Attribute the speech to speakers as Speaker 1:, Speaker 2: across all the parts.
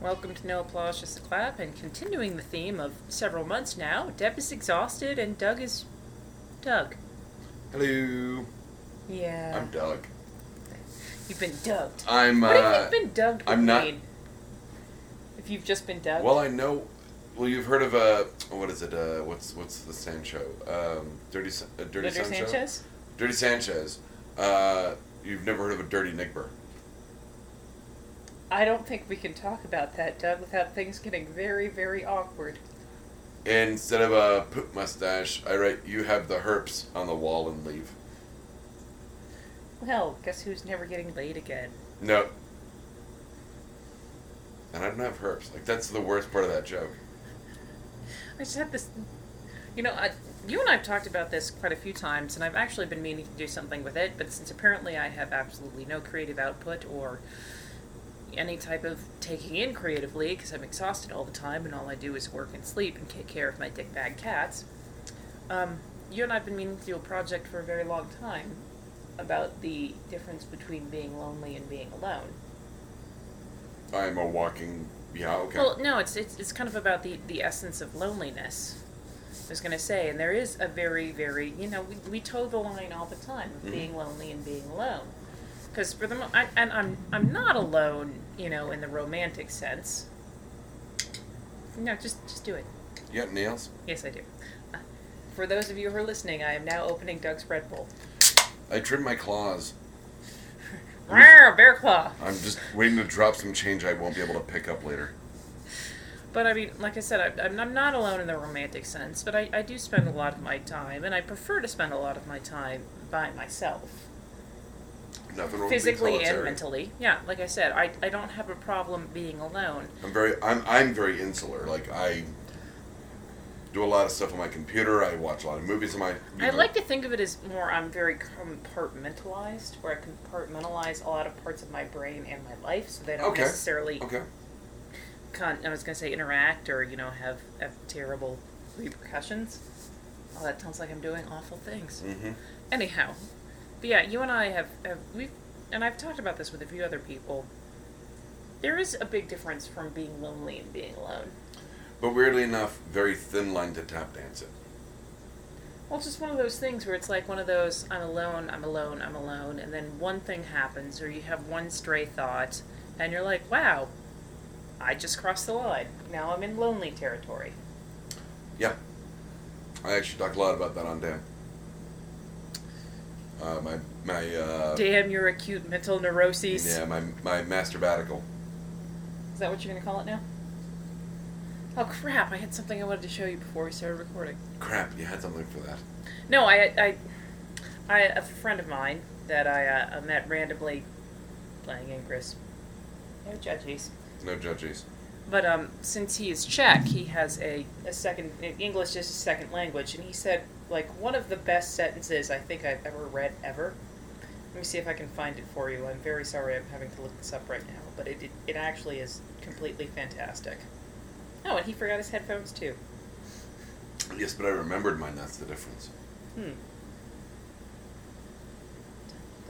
Speaker 1: Welcome to No Applause, Just a Clap, and continuing the theme of several months now, Deb is exhausted and Doug is. Doug.
Speaker 2: Hello.
Speaker 1: Yeah.
Speaker 2: I'm Doug.
Speaker 1: You've been dugged.
Speaker 2: I'm.
Speaker 1: what if
Speaker 2: Uh,
Speaker 1: you've been dugged would
Speaker 2: I'm not-
Speaker 1: mean? If you've just been dugged?
Speaker 2: well, I know. Well, you've heard of uh, what is it? Uh, what's what's the Sancho? Um, Dirty, Sa- uh, Dirty
Speaker 1: Leonard
Speaker 2: Sancho.
Speaker 1: Sanchez?
Speaker 2: Dirty Sanchez. Uh, you've never heard of a dirty nigger.
Speaker 1: I don't think we can talk about that, Doug, without things getting very, very awkward.
Speaker 2: Instead of a poop mustache, I write "You have the herps" on the wall and leave.
Speaker 1: Well, guess who's never getting laid again?
Speaker 2: No. And I don't have herps. Like that's the worst part of that joke.
Speaker 1: I just had this. You know, I, you and I have talked about this quite a few times, and I've actually been meaning to do something with it, but since apparently I have absolutely no creative output or any type of taking in creatively, because I'm exhausted all the time and all I do is work and sleep and take care of my dick bag cats, um, you and I have been meaning to do a project for a very long time about the difference between being lonely and being alone.
Speaker 2: I'm a walking. Yeah. Okay.
Speaker 1: Well, no, it's, it's it's kind of about the the essence of loneliness. I was gonna say, and there is a very very you know we, we toe the line all the time of
Speaker 2: Mhm.
Speaker 1: being lonely and being alone. Because for the mo- I, and I'm I'm not alone, you know, in the romantic sense. No, just just do it.
Speaker 2: you got nails?
Speaker 1: Yes, I do. Uh, For those of you who are listening, I am now opening Doug's Red Bull.
Speaker 2: I trim my claws.
Speaker 1: Rawr, bear claw.
Speaker 2: I'm just waiting to drop some change I won't be able to pick up later.
Speaker 1: But I mean, like I said, I, I'm, I'm not alone in the romantic sense, but I, I do spend a lot of my time, and I prefer to spend a lot of my time by myself,
Speaker 2: Nothing wrong with
Speaker 1: physically
Speaker 2: being
Speaker 1: and
Speaker 2: solitary.
Speaker 1: mentally. Yeah, like I said, I, I don't have a problem being alone.
Speaker 2: I'm very I'm I'm very insular. Like I do a lot of stuff on my computer. I watch a lot of movies on my. you
Speaker 1: I
Speaker 2: know,
Speaker 1: like to think of it as more I'm very compartmentalized, where I compartmentalize a lot of parts of my brain and my life, so they don't
Speaker 2: Okay.
Speaker 1: necessarily
Speaker 2: Okay.
Speaker 1: con- I was gonna say interact or you know have, have terrible repercussions. Well, that sounds like I'm doing awful things.
Speaker 2: Mm-hmm.
Speaker 1: Anyhow, but yeah, you and I have, have we've and I've talked about this with a few other people. There is a big difference from being lonely and being alone.
Speaker 2: But weirdly enough, very thin line to tap dance it.
Speaker 1: Well, it's just one of those things where it's like one of those I'm alone, I'm alone, I'm alone, and then one thing happens or you have one stray thought and you're like, wow, I just crossed the line. Now I'm in lonely territory.
Speaker 2: Yeah. I actually talked a lot about that on Dan. Uh, my my uh,
Speaker 1: Damn your acute mental neuroses.
Speaker 2: yeah my my masturbatical.
Speaker 1: Is that what you're gonna call it now? Oh crap! I had something I wanted to show you before we started recording.
Speaker 2: Crap, you had something for that.
Speaker 1: No, I, I, I a friend of mine that I, uh, I met randomly playing Ingress. No judges.
Speaker 2: No judges.
Speaker 1: But um, since he is Czech, he has a, a second e, English is his second language, and he said like one of the best sentences I think I've ever read ever. Let me see if I can find it for you. I'm very sorry I'm having to look this up right now, but it it, it actually is completely fantastic. Oh, and he forgot his headphones too.
Speaker 2: Yes, but I remembered mine. That's the difference.
Speaker 1: Hmm.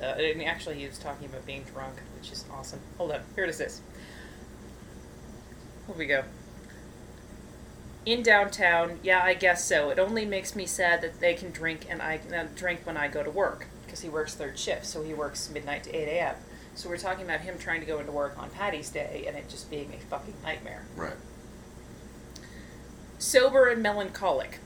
Speaker 1: Uh, and actually, he was talking about being drunk, which is awesome. Hold on, here it is. This. Here we go. In downtown, yeah, I guess so. It only makes me sad that they can drink and I uh, drink when I go to work because he works third shift, so he works midnight to eight a.m. So we're talking about him trying to go into work on Patty's Day and it just being a fucking nightmare.
Speaker 2: Right.
Speaker 1: Sober and melancholic.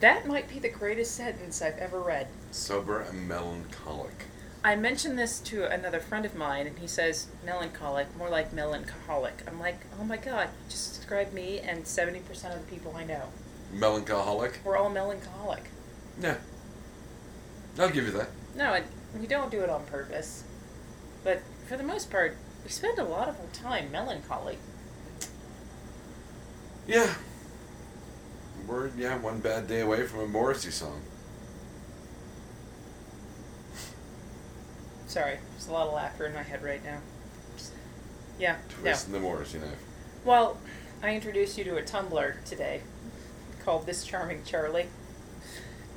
Speaker 1: That might be the greatest sentence I've ever read.
Speaker 2: Sober and melancholic.
Speaker 1: I mentioned this to another friend of mine, and he says melancholic, more like melancholic. I'm like, oh my god, you just describe me and 70% of the people I know.
Speaker 2: Melancholic.
Speaker 1: We're all melancholic.
Speaker 2: Yeah. I'll give you that.
Speaker 1: No, and we don't do it on purpose. But for the most part, we spend a lot of our time melancholy.
Speaker 2: Yeah. We're yeah, one bad day away from a Morrissey song.
Speaker 1: Sorry, there's a lot of laughter in my head right now. Yeah, no.
Speaker 2: Twisting the Morrissey knife.
Speaker 1: Well, I introduced you to a Tumblr today called This Charming Charlie,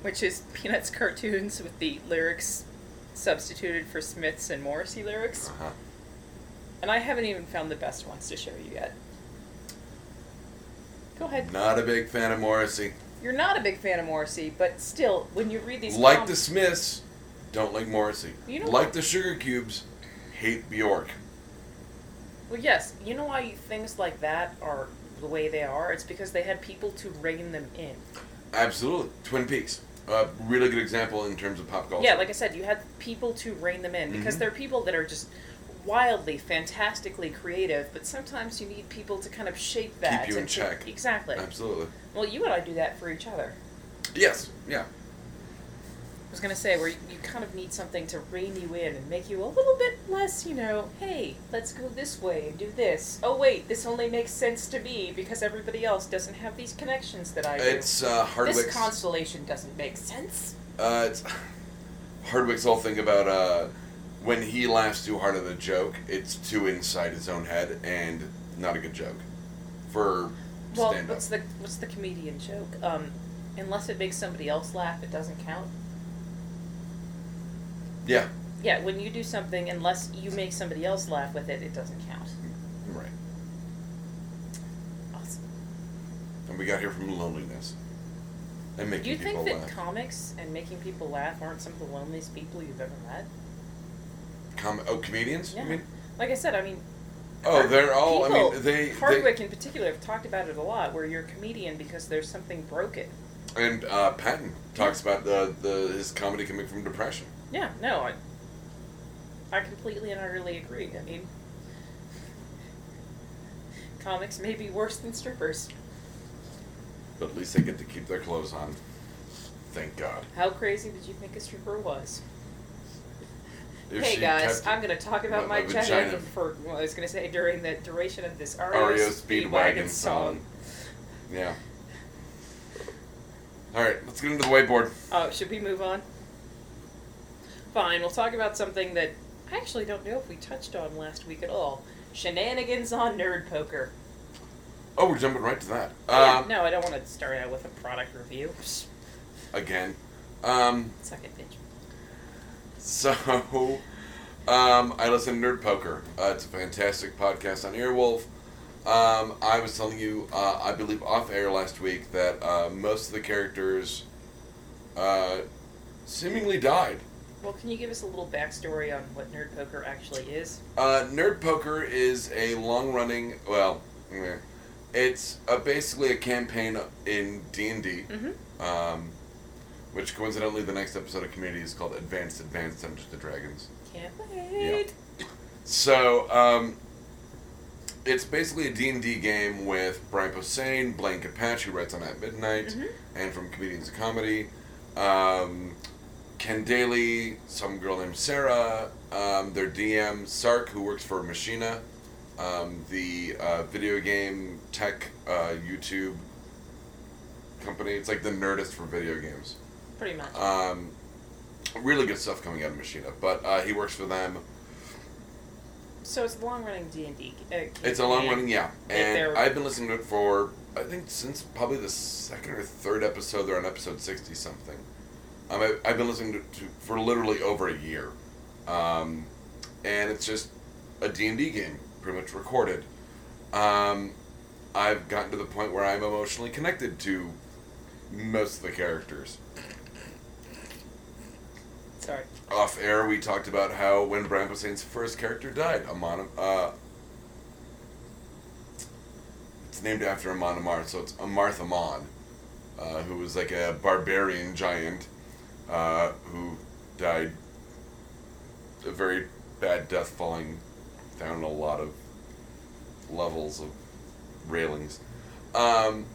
Speaker 1: which is Peanuts cartoons
Speaker 2: Uh-huh.
Speaker 1: with the lyrics substituted for Smith's and Morrissey lyrics.
Speaker 2: Uh huh.
Speaker 1: And I haven't even found the best ones to show you yet. Go ahead.
Speaker 2: Not a big fan of Morrissey.
Speaker 1: You're not a big fan of Morrissey, but still, when you read these,
Speaker 2: Like
Speaker 1: com-
Speaker 2: the Smiths, don't like Morrissey.
Speaker 1: You know
Speaker 2: like
Speaker 1: what?
Speaker 2: the Sugar Cubes, hate Bjork.
Speaker 1: Well, yes. You know why things like that are the way they are? It's because they had people to rein them in.
Speaker 2: Absolutely. Twin Peaks. A really good example in terms of pop culture.
Speaker 1: Yeah, like I said, you had people to rein them in because
Speaker 2: Mhm.
Speaker 1: there are people that are just wildly, fantastically creative, but sometimes you need people to kind of shape that.
Speaker 2: you in
Speaker 1: and to-
Speaker 2: check.
Speaker 1: Exactly.
Speaker 2: Absolutely.
Speaker 1: Well, you and I do that for each other.
Speaker 2: Yes. Yeah.
Speaker 1: I was going to say, where you you kind of need something to rein you in and make you a little bit less, you know, hey, let's go this way and do this. Oh, wait, this only makes sense to me because everybody else doesn't have these connections that I do.
Speaker 2: It's uh, Hardwick's.
Speaker 1: This constellation doesn't make sense.
Speaker 2: uh, it's Hardwick's whole thing about uh, when he laughs too hard at a joke, it's too inside his own head and not a good joke for
Speaker 1: Well,
Speaker 2: stand up.
Speaker 1: what's the what's the comedian joke? Um, unless it makes somebody else laugh, it doesn't count.
Speaker 2: Yeah.
Speaker 1: Yeah, when you do something, unless you make somebody else laugh with it, it doesn't count.
Speaker 2: Right.
Speaker 1: Awesome.
Speaker 2: And we got here from loneliness and making
Speaker 1: Do you
Speaker 2: people
Speaker 1: think that
Speaker 2: laugh.
Speaker 1: comics and making people laugh aren't some of the loneliest people you've ever met?
Speaker 2: Com- oh, comedians?
Speaker 1: Yeah.
Speaker 2: You mean?
Speaker 1: Like I said, I mean,
Speaker 2: Oh, they're all. I
Speaker 1: people-
Speaker 2: mean, they.
Speaker 1: Hardwick in particular have talked about it a lot, where you're a comedian because there's something broken.
Speaker 2: They, and uh, Patton talks about the, the his comedy coming from depression.
Speaker 1: Yeah, no, I, I completely and utterly agree. I mean, comics may be worse than strippers.
Speaker 2: But at least they get to keep their clothes on. Thank God.
Speaker 1: How crazy did you think a stripper was?
Speaker 2: If
Speaker 1: hey
Speaker 2: she
Speaker 1: guys,
Speaker 2: kept
Speaker 1: I'm gonna talk about my,
Speaker 2: my- my
Speaker 1: vagina,
Speaker 2: vagina. E
Speaker 1: for well, I was gonna say during the duration of this E
Speaker 2: REO
Speaker 1: REO
Speaker 2: Speedwagon song. Yeah. All right, let's get into the whiteboard.
Speaker 1: Oh, should we move on? Fine, we'll talk about something that I actually don't know if we touched on last week at all. Shenanigans on nerd poker.
Speaker 2: Oh, we're jumping right to that.
Speaker 1: Yeah,
Speaker 2: Um,
Speaker 1: no, I don't want to start out with a product review.
Speaker 2: Again. Um,
Speaker 1: Suck it, bitch.
Speaker 2: so, um, I listen to Nerd Poker. Uh, it's a fantastic podcast on Earwolf. Um, I was telling you, uh, I believe off air last week, that uh, most of the characters uh, seemingly died.
Speaker 1: Well, can you give us a little backstory on what nerd poker actually is?
Speaker 2: Uh, Nerd Poker is a long running. Well, eh. it's uh basically a campaign in D and D,
Speaker 1: Mm-hmm.
Speaker 2: Um, which coincidentally the next episode of Community is called Advanced Advanced Dungeons and Dragons.
Speaker 1: Can't wait.
Speaker 2: So um, it's basically a D and D game with Brian Posehn, Blaine Capach, who writes on At Midnight,
Speaker 1: Mhm.
Speaker 2: and from Comedians to Comedy, um, Ken Daly, some girl named Sarah, um, their DM Sark, who works for Machina, um, the uh, video game tech uh, YouTube company. It's like the Nerdist for video games.
Speaker 1: Pretty much.
Speaker 2: Um, really good stuff coming out of Machina, but uh, he works for them.
Speaker 1: so it's a long running D and D. uh,
Speaker 2: It's a long running, yeah.
Speaker 1: If
Speaker 2: And
Speaker 1: they're-
Speaker 2: I've been listening to it for I think since probably the second or third episode. They're on episode sixty something. Um, I, I've been listening to, to for literally over a year, um, and it's just a D and D game, pretty much recorded. Um, I've gotten to the point where I'm emotionally connected to most of the characters.
Speaker 1: Sorry.
Speaker 2: Off air, we talked about how when Brian Posehn's first character died, Amon, uh, it's named after Amon Amarth, so it's Amarth Amon, uh, who was like a barbarian giant uh, who died a very bad death, falling down a lot of levels of railings. Um,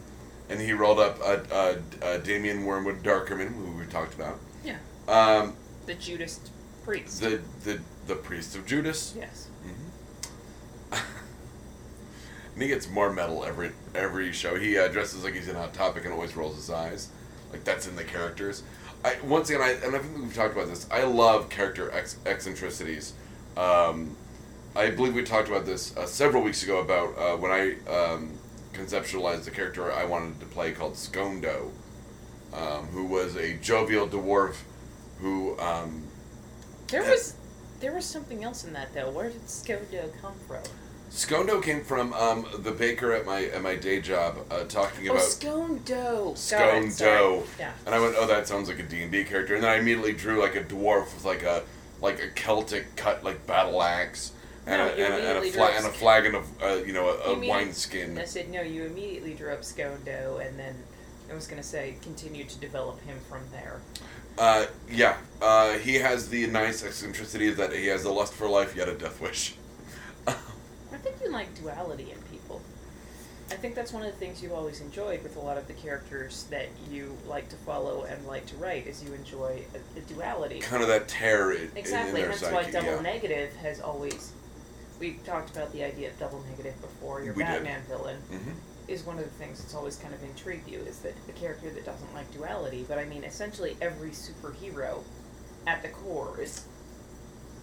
Speaker 2: and he rolled up a, uh uh Damien Wormwood Darkerman, who we talked about.
Speaker 1: Yeah.
Speaker 2: Um,
Speaker 1: The Judas priest.
Speaker 2: the the the priest of Judas. Mm-hmm.
Speaker 1: yes.
Speaker 2: And he gets more metal every every show. He uh, dresses like he's in Hot Topic and always rolls his eyes, like that's in the characters. I once again, I and I think we've talked about this. I love character ex- eccentricities. Um, I believe we talked about this uh, several weeks ago about uh, when I um, conceptualized the character I wanted to play called Scondo, um, who was a jovial dwarf who um,
Speaker 1: There
Speaker 2: Uh,
Speaker 1: was There was something else in that though. Where did Scodo come from?
Speaker 2: Scone dough came from um, the baker at my at my day job uh, talking
Speaker 1: Oh,
Speaker 2: about
Speaker 1: scone dough. Got
Speaker 2: Scone
Speaker 1: it, sorry.
Speaker 2: dough.
Speaker 1: Yeah.
Speaker 2: and I went, oh, that sounds like a D and D character, and then I immediately drew like a dwarf with like a like a Celtic cut like battle axe and,
Speaker 1: No,
Speaker 2: a,
Speaker 1: you
Speaker 2: and, a, and
Speaker 1: immediately drew
Speaker 2: a fla-
Speaker 1: a
Speaker 2: and a
Speaker 1: sc-
Speaker 2: flagon of uh, you know a,
Speaker 1: You
Speaker 2: a
Speaker 1: mean-
Speaker 2: wine skin.
Speaker 1: I said no. You immediately drew up scone dough, and then I was gonna say continue to develop him from there.
Speaker 2: Uh, yeah, uh, he has the nice eccentricity of that he has the lust for life yet a death wish.
Speaker 1: I think you like duality in people. I think that's one of the things you've always enjoyed with a lot of the characters that you like to follow and like to write is you enjoy a, a duality.
Speaker 2: kind of that terror in,
Speaker 1: Exactly.
Speaker 2: in their
Speaker 1: That's
Speaker 2: psyche.
Speaker 1: why double
Speaker 2: yeah.
Speaker 1: negative has always. We talked about the idea of double negative before. Your
Speaker 2: We did.
Speaker 1: Batman villain
Speaker 2: Mhm.
Speaker 1: is one of the things that's always kind of intrigued you is that the character that doesn't like duality. But I mean, essentially every superhero, at the core, is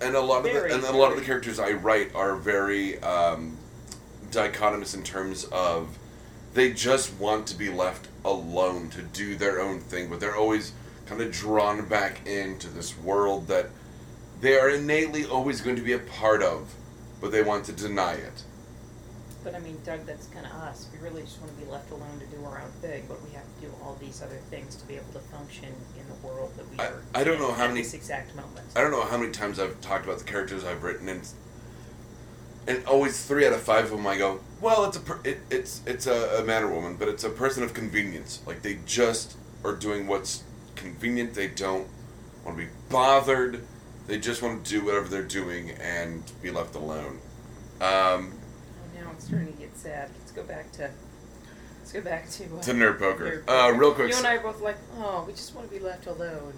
Speaker 2: and a lot of
Speaker 1: Very,
Speaker 2: the, and a lot of
Speaker 1: very.
Speaker 2: the characters I write are very um, dichotomous in terms of they just want to be left alone to do their own thing, but they're always kind of drawn back into this world that they are innately always going to be a part of, but they want to deny it.
Speaker 1: But I mean, Doug, that's kind of us. We really just want to be left alone to do our own thing, but we have to do all these other things to be able to function in the world that we
Speaker 2: I-
Speaker 1: are.
Speaker 2: I don't know
Speaker 1: in
Speaker 2: how
Speaker 1: at
Speaker 2: many-
Speaker 1: this exact moment.
Speaker 2: I don't know how many times I've talked about the characters I've written, and and always three out of five of them I go, well, it's a per- it, it's it's a, a man or woman, but it's a person of convenience. Like they just are doing what's convenient. They don't want to be bothered. They just want to do whatever they're doing and be left alone. Um,
Speaker 1: Oh, now it's starting to get sad. Let's go back to. Let's go back to. Uh,
Speaker 2: to nerd poker,
Speaker 1: nerd
Speaker 2: uh,
Speaker 1: poker.
Speaker 2: real quick.
Speaker 1: You and I are both like, oh, we just want to be left alone.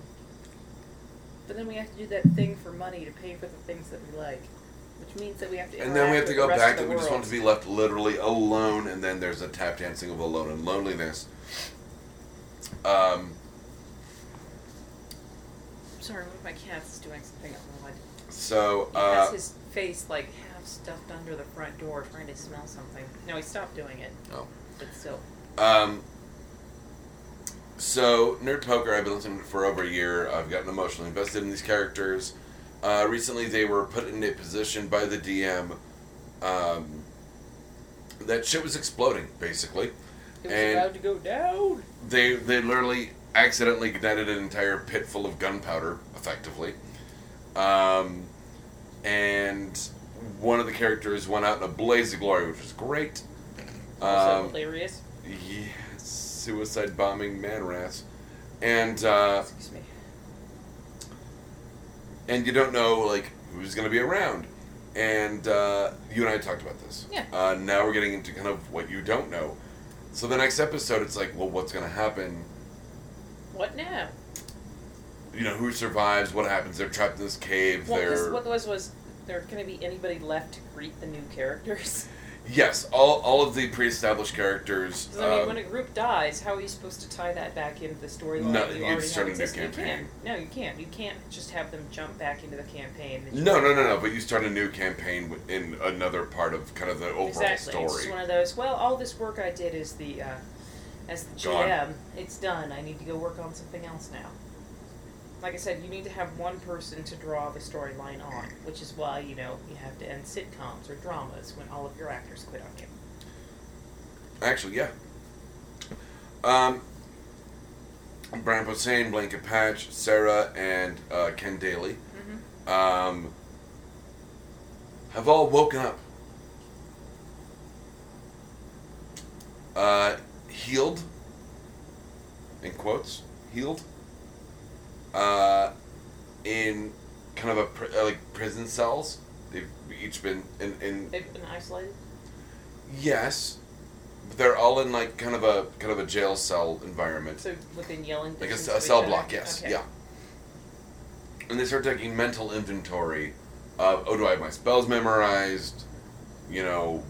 Speaker 1: But then we have to do that thing for money to pay for the things that we like, which means that we have to.
Speaker 2: and then we have
Speaker 1: interact
Speaker 2: to
Speaker 1: with
Speaker 2: go
Speaker 1: the rest
Speaker 2: back
Speaker 1: of the
Speaker 2: that we just
Speaker 1: world.
Speaker 2: want to be left literally alone and then there's a tap dancing of alone and loneliness um,
Speaker 1: I'm sorry, one of my cats is doing something odd.
Speaker 2: so
Speaker 1: He
Speaker 2: uh,
Speaker 1: has his face like half stuffed under the front door trying to smell something. No, he stopped doing it,
Speaker 2: oh.
Speaker 1: but still.
Speaker 2: um, so nerd poker i've been listening to for over a year i've gotten emotionally invested in these characters uh, recently they were put in a position by the dm um, that shit was exploding basically
Speaker 1: It was
Speaker 2: And-
Speaker 1: about to go down.
Speaker 2: they they literally accidentally ignited an entire pit full of gunpowder, effectively. Um, and one of the characters went out in a blaze of glory, which was great.
Speaker 1: also
Speaker 2: Um,
Speaker 1: hilarious.
Speaker 2: yes, suicide bombing man rats, and uh,
Speaker 1: Excuse me.
Speaker 2: and you don't know like who's gonna be around. And uh, you and I talked about this.
Speaker 1: Yeah.
Speaker 2: Uh, now we're getting into kind of what you don't know. So the next episode, it's like, well, what's gonna happen?
Speaker 1: What now?
Speaker 2: you know who survives what happens they're trapped in this cave
Speaker 1: Well, 'cause
Speaker 2: they're
Speaker 1: what was was there going to be anybody left to greet the new characters?
Speaker 2: yes all, all of the pre-established characters
Speaker 1: 'Cause, I mean,
Speaker 2: um,
Speaker 1: when a group dies, how are you supposed to tie that back into the storyline?
Speaker 2: No,
Speaker 1: that
Speaker 2: you'd
Speaker 1: you already
Speaker 2: start a
Speaker 1: have
Speaker 2: new
Speaker 1: existing? You
Speaker 2: campaign.
Speaker 1: can't. No, you can't. You can't just have them jump back into the campaign. and just
Speaker 2: no no no no but you start a new campaign wi- in another part of kind of the overall
Speaker 1: exactly. It's
Speaker 2: story
Speaker 1: just one of those. Well, all this work I did is the uh, as the
Speaker 2: Gone.
Speaker 1: GM. It's done. I need to go work on something else now. Like I said, you need to have one person to draw the storyline on, which is why you know you have to end sitcoms or dramas when all of your actors quit on you.
Speaker 2: actually yeah um Brian Posehn, Blanca Patch, Sarah, and uh, Ken Daly
Speaker 1: Mm-hmm.
Speaker 2: um, have all woken up, uh, healed, in quotes, healed, uh, in kind of a pr- uh, like prison cells. They've each been in, in
Speaker 1: They've been isolated.
Speaker 2: yes, but they're all in like kind of a kind of a jail cell environment
Speaker 1: So within yelling.
Speaker 2: like a,
Speaker 1: distance
Speaker 2: a
Speaker 1: of each
Speaker 2: cell
Speaker 1: other?
Speaker 2: block yes
Speaker 1: Okay.
Speaker 2: yeah and they start taking mental inventory of oh do i have my spells memorized you know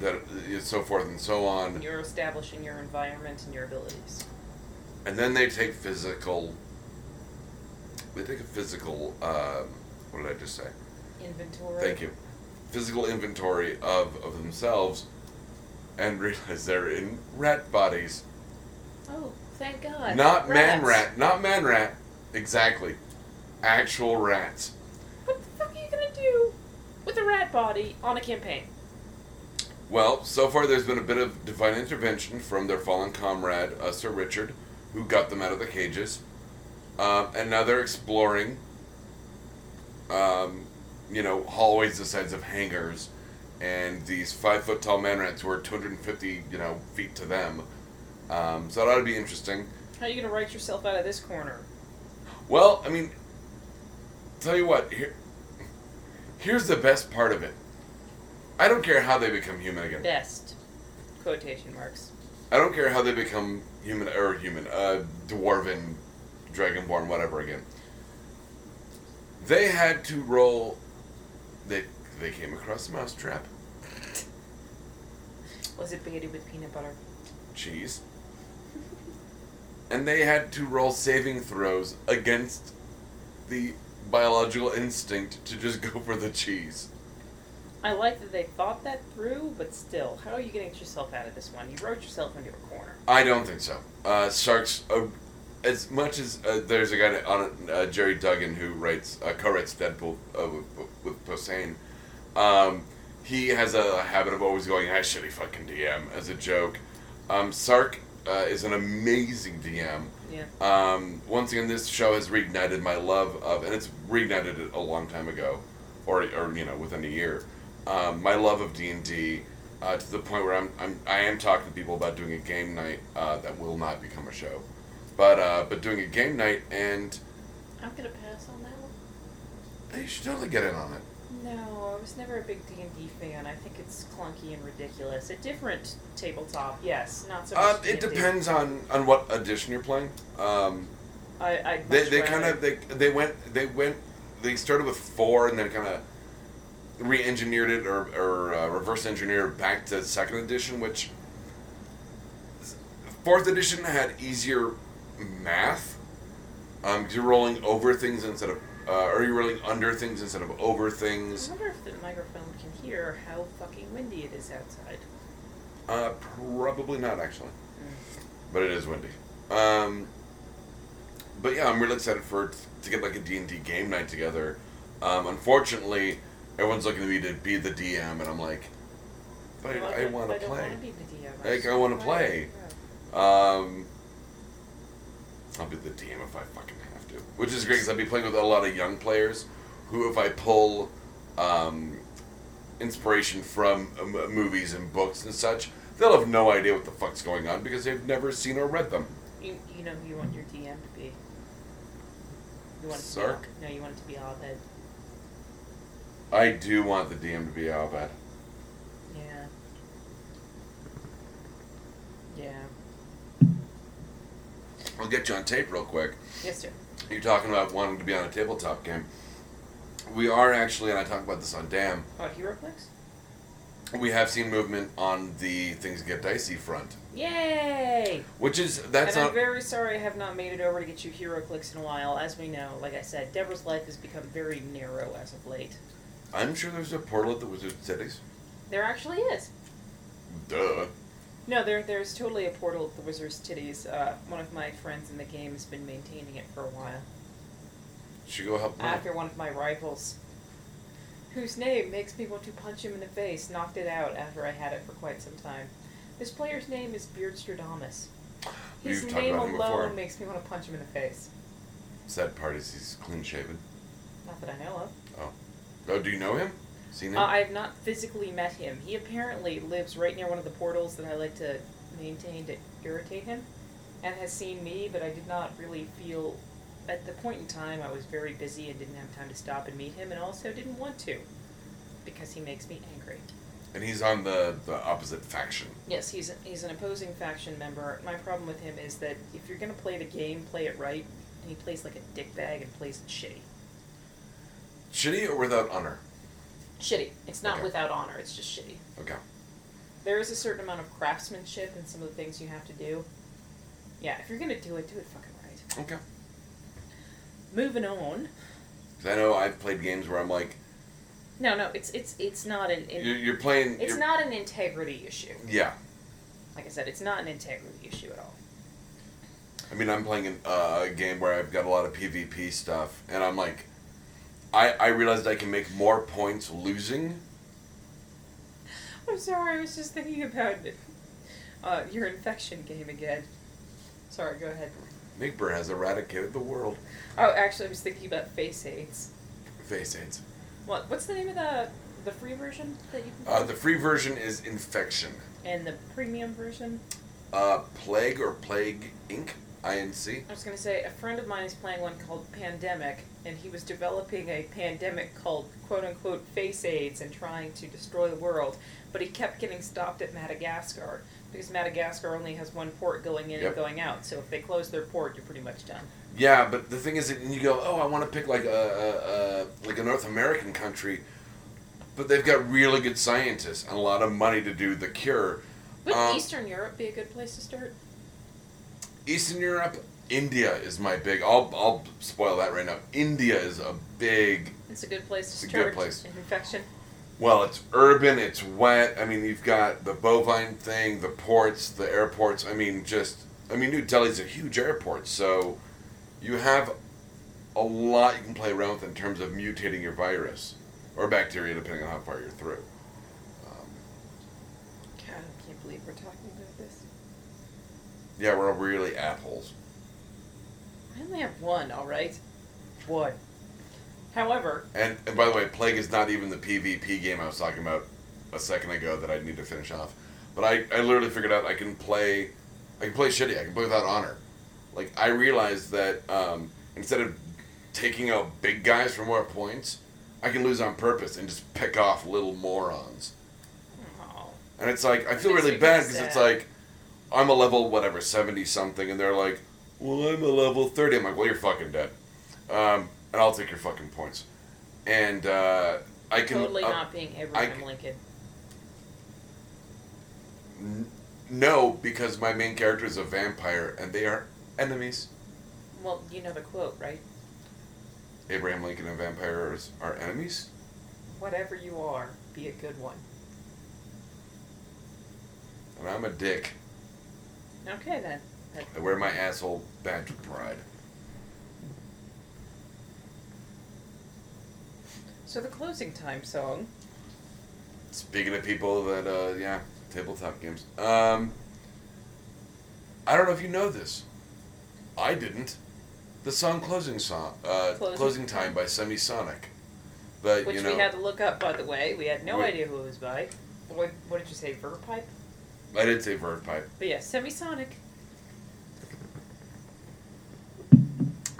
Speaker 2: that so forth and so on
Speaker 1: You're establishing your environment and your abilities.
Speaker 2: and then they take physical they take a physical um, what did i just say
Speaker 1: Inventory.
Speaker 2: thank you physical inventory of of themselves and realize they're in rat bodies
Speaker 1: Oh, thank God.
Speaker 2: Not man
Speaker 1: Rats.
Speaker 2: rat, not man rat. Exactly. Actual rats.
Speaker 1: with a rat body on a campaign.
Speaker 2: Well, so far there's been a bit of divine intervention from their fallen comrade, uh, Sir Richard, who got them out of the cages. Um, and now they're exploring, um, you know, hallways the size of hangars. And these five foot tall man rats were 250, you know, feet to them. Um, so that ought to be interesting.
Speaker 1: How are you going to write yourself out of this corner?
Speaker 2: Well, I mean, tell you what, here, here's the best part of it. I don't care how they become human again.
Speaker 1: Best. Quotation marks.
Speaker 2: I don't care how they become human or human, uh, dwarven, dragonborn, whatever again. They had to roll. They they came across a mousetrap,
Speaker 1: Was it baited with peanut butter?
Speaker 2: cheese, and they had to roll saving throws against the biological instinct to just go for the cheese.
Speaker 1: I like that they thought that through, but still, how are you going to get yourself out of this one? You wrote yourself into a corner.
Speaker 2: I don't think so. Uh, sharks, uh, as much as uh, there's a guy that- on it, uh, Jerry Duggan who writes uh, co-writes Deadpool uh, with, with Posehn. Um, he has a habit of always going, "I shitty fucking DM" as a joke. Um, Sark uh, is an amazing DM.
Speaker 1: Yeah.
Speaker 2: Um, once again, this show has reignited my love of, and it's reignited it a long time ago, or, or you know, within a year, um, my love of D and D uh, to the point where I'm, I'm I am talking to people about doing a game night uh, that will not become a show, but uh, but doing a game night and
Speaker 1: I'm going to pass on that one.
Speaker 2: you should totally get in on it.
Speaker 1: No, I was never a big D and D fan. I think it's clunky and ridiculous. A different tabletop, yes, not so much.
Speaker 2: Uh, it
Speaker 1: D&D.
Speaker 2: depends on on what edition you're playing. Um,
Speaker 1: I, I
Speaker 2: they, they kind of they they went they went they started with four and then kind of re-engineered it or, or uh, reverse engineered it back to second edition which fourth edition had easier math um, 'cause you're rolling over things instead of uh, or you're rolling under things instead of over
Speaker 1: I
Speaker 2: things
Speaker 1: wonder if the microphone can hear how fucking windy it is outside.
Speaker 2: uh, probably not actually but it is windy. Um, but yeah, I'm really excited for to get like a D and D game night together. Um, unfortunately, everyone's looking at me to be the DM, and I'm like, but
Speaker 1: Well,
Speaker 2: I, I want to
Speaker 1: don't
Speaker 2: play.
Speaker 1: wanna be the DM.
Speaker 2: Like,
Speaker 1: just
Speaker 2: I wanna
Speaker 1: wanna
Speaker 2: play.
Speaker 1: yeah.
Speaker 2: Um, I'll be the DM if I fucking have to, which is great because I'll be playing with a lot of young players, who if I pull um, inspiration from um, movies and books and such, they'll have no idea what the fuck's going on because they've never seen or read them.
Speaker 1: You, you know who you want your DM to be. You want it to be
Speaker 2: Sark?
Speaker 1: Al- no, you want it to be Abed.
Speaker 2: I do want the DM to be Albed.
Speaker 1: Yeah. Yeah.
Speaker 2: I'll get you on tape real quick.
Speaker 1: Yes, sir.
Speaker 2: You're talking about wanting to be on a tabletop game. We are actually, and I talked about this on Dam,
Speaker 1: Oh, HeroClix?
Speaker 2: we have seen movement on the Things Get Dicey front.
Speaker 1: Yay!
Speaker 2: Which is, that's
Speaker 1: and
Speaker 2: not.
Speaker 1: I'm very sorry I have not made it over to get you HeroClix in a while. As we know, like I said, Deborah's life has become very narrow as of late.
Speaker 2: I'm sure there's a portal at the Wizard Cities.
Speaker 1: There actually is.
Speaker 2: Duh.
Speaker 1: No, there there's totally a portal at the Wizard's Titties. Uh, one of my friends in the game has been maintaining it for a while.
Speaker 2: Should go help Mom.
Speaker 1: after one of my rivals, whose name makes me want to punch him in the face, knocked it out after I had it for quite some time. This player's name is Beardstradamus. His
Speaker 2: We've talked
Speaker 1: name
Speaker 2: about him
Speaker 1: alone
Speaker 2: before.
Speaker 1: makes me want to punch him in the face.
Speaker 2: Sad part is he's clean shaven.
Speaker 1: Not that I know of.
Speaker 2: Oh, do you know him? Seen him?
Speaker 1: Uh, I have not physically met him. He apparently lives right near one of the portals that I like to maintain to irritate him, and has seen me, but I did not really feel. At the point in time, I was very busy and didn't have time to stop and meet him, and also didn't want to, because he makes me angry.
Speaker 2: and he's on the, the opposite faction.
Speaker 1: Yes, he's he's an opposing faction member. My problem with him is that if you're gonna play the game, play it right. And he plays like a dickbag and plays it shitty.
Speaker 2: Shitty or without honor?
Speaker 1: Shitty. It's not
Speaker 2: Okay.
Speaker 1: without honor. It's just shitty.
Speaker 2: Okay.
Speaker 1: There is a certain amount of craftsmanship in some of the things you have to do. Yeah, if you're gonna do it, do it fucking right.
Speaker 2: Okay.
Speaker 1: Moving on.
Speaker 2: 'Cause I know I've played games where I'm like,
Speaker 1: No, no, it's it's it's not an
Speaker 2: you're,
Speaker 1: in,
Speaker 2: you're playing.
Speaker 1: it's
Speaker 2: you're,
Speaker 1: not an integrity issue.
Speaker 2: Yeah.
Speaker 1: Like I said, it's not an integrity issue at all.
Speaker 2: I mean, I'm playing an- uh, a game where I've got a lot of PvP stuff, and I'm like, I, I realized I can make more points losing.
Speaker 1: I'm sorry, I was just thinking about uh, your infection game again. Sorry, go ahead.
Speaker 2: Nigbur has eradicated the world.
Speaker 1: Oh, actually, I was thinking about face aids.
Speaker 2: Face aids.
Speaker 1: What? What's the name of the the free version that you can?
Speaker 2: Uh, the free version is infection.
Speaker 1: and the premium version.
Speaker 2: Uh, plague or plague inc. Inc.
Speaker 1: I was gonna say a friend of mine is playing one called Pandemic, and he was developing a pandemic called "quote unquote" face aids and trying to destroy the world. But he kept getting stopped at Madagascar because Madagascar only has one port going in
Speaker 2: Yep.
Speaker 1: and going out. So if they close their port, you're pretty much done.
Speaker 2: Yeah, but the thing is that you go, oh, I want to pick like a, a, a like a North American country, but they've got really good scientists and a lot of money to do the cure.
Speaker 1: Would
Speaker 2: Um,
Speaker 1: Eastern Europe be a good place to start?
Speaker 2: Eastern Europe, India is my big. I'll I'll spoil that right now. India is a big.
Speaker 1: It's a good place
Speaker 2: It's
Speaker 1: to
Speaker 2: a good
Speaker 1: start.
Speaker 2: place.
Speaker 1: an Infection.
Speaker 2: Well, it's urban, it's wet. I mean, you've got the bovine thing, the ports, the airports. I mean, just I mean, New Delhi's a huge airport, so you have a lot you can play around with in terms of mutating your virus or bacteria, depending on how far you're through. Um,
Speaker 1: God, I can't believe we're talking about this.
Speaker 2: yeah, we're really assholes.
Speaker 1: I only have one, all right? One. However,
Speaker 2: And, and by the way, Plague is not even the PvP game I was talking about a second ago that I need to finish off. But I, I literally figured out I can play, I can play shitty. I can play without honor. Like I realized that um, instead of taking out big guys for more points, I can lose on purpose and just pick off little morons.
Speaker 1: oh,
Speaker 2: And it's like I
Speaker 1: That
Speaker 2: feel
Speaker 1: makes
Speaker 2: really
Speaker 1: me
Speaker 2: bad
Speaker 1: kinda
Speaker 2: because it's
Speaker 1: sad.
Speaker 2: like I'm a level whatever seventy something, and they're like, "Well, I'm a level 30. I'm like, "Well, you're fucking dead," um, and I'll take your fucking points. And uh, I can
Speaker 1: totally
Speaker 2: uh,
Speaker 1: not being
Speaker 2: I
Speaker 1: Abraham
Speaker 2: c-
Speaker 1: Lincoln.
Speaker 2: n- no because my main character is a vampire, and they are enemies.
Speaker 1: Well, you know the quote, right?
Speaker 2: Abraham Lincoln and vampires are enemies.
Speaker 1: Whatever you are, be a good one.
Speaker 2: And I'm a dick.
Speaker 1: Okay, then. That-
Speaker 2: I wear my asshole badge of pride.
Speaker 1: So the closing time song.
Speaker 2: Speaking of people that, uh, yeah, tabletop games. Um, I don't know if you know this. I didn't. The song "Closing Song," uh,
Speaker 1: Closing
Speaker 2: "Closing, Time" by Semisonic. That
Speaker 1: Which
Speaker 2: you know,
Speaker 1: we had to look up, by the way. We had no
Speaker 2: We-
Speaker 1: idea who it was by. What, what did you say, Verpipe?
Speaker 2: I did say Verve Pipe.
Speaker 1: But yeah, Semisonic.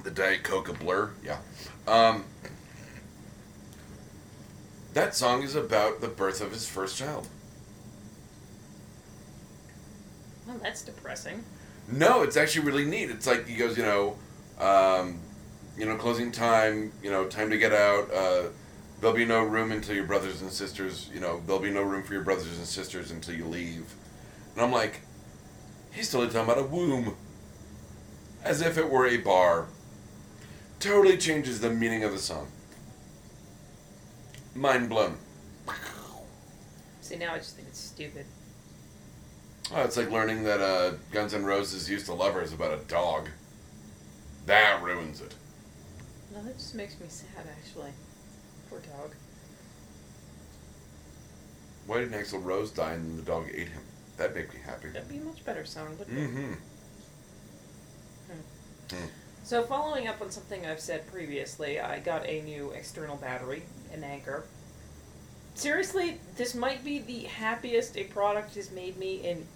Speaker 2: The Diet Coca Blur, yeah. Um, that song is about the birth of his first child.
Speaker 1: Well, that's depressing.
Speaker 2: No, it's actually really neat. It's like he goes, you know, um, you know, closing time. You know, time to get out. Uh, there'll be no room until your brothers and sisters. You know, there'll be no room for your brothers and sisters until you leave. And I'm like, he's totally talking about a womb, as if it were a bar. Totally changes the meaning of the song. Mind blown.
Speaker 1: See, now I just think it's stupid.
Speaker 2: Oh, it's like learning that uh, Guns N' Roses used to lover is about a dog. That ruins it.
Speaker 1: No, that just makes me sad, actually. Poor dog.
Speaker 2: Why didn't Axel Rose die and then the dog ate him? That'd make me happy.
Speaker 1: That'd be a much better song, wouldn't it?
Speaker 2: Mm-hmm.
Speaker 1: So, following up on something I've said previously, I got a new external battery, an anchor. Seriously, this might be the happiest a product has made me in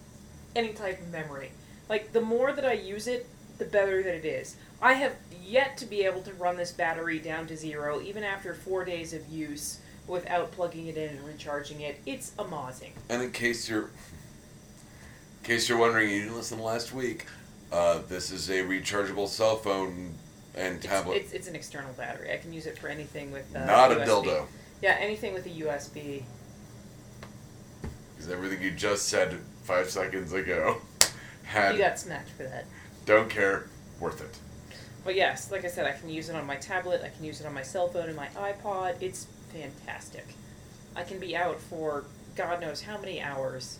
Speaker 1: any type of memory. Like, the more that I use it, the better that it is. I have yet to be able to run this battery down to zero, even after four days of use, without plugging it in and recharging it. It's amazing.
Speaker 2: And in case you're, in case you're wondering, you didn't listen last week. Uh, this is a rechargeable cell phone and
Speaker 1: It's-
Speaker 2: tablet.
Speaker 1: It's, it's, an external battery. I can use it for anything with uh,
Speaker 2: not a
Speaker 1: USB.
Speaker 2: dildo,
Speaker 1: Yeah, anything with a USB.
Speaker 2: because everything you just said five seconds ago had
Speaker 1: You got smacked for that.
Speaker 2: don't care, worth it.
Speaker 1: But yes, like I said, I can use it on my tablet, I can use it on my cell phone and my iPod. It's fantastic. I can be out for God knows how many hours,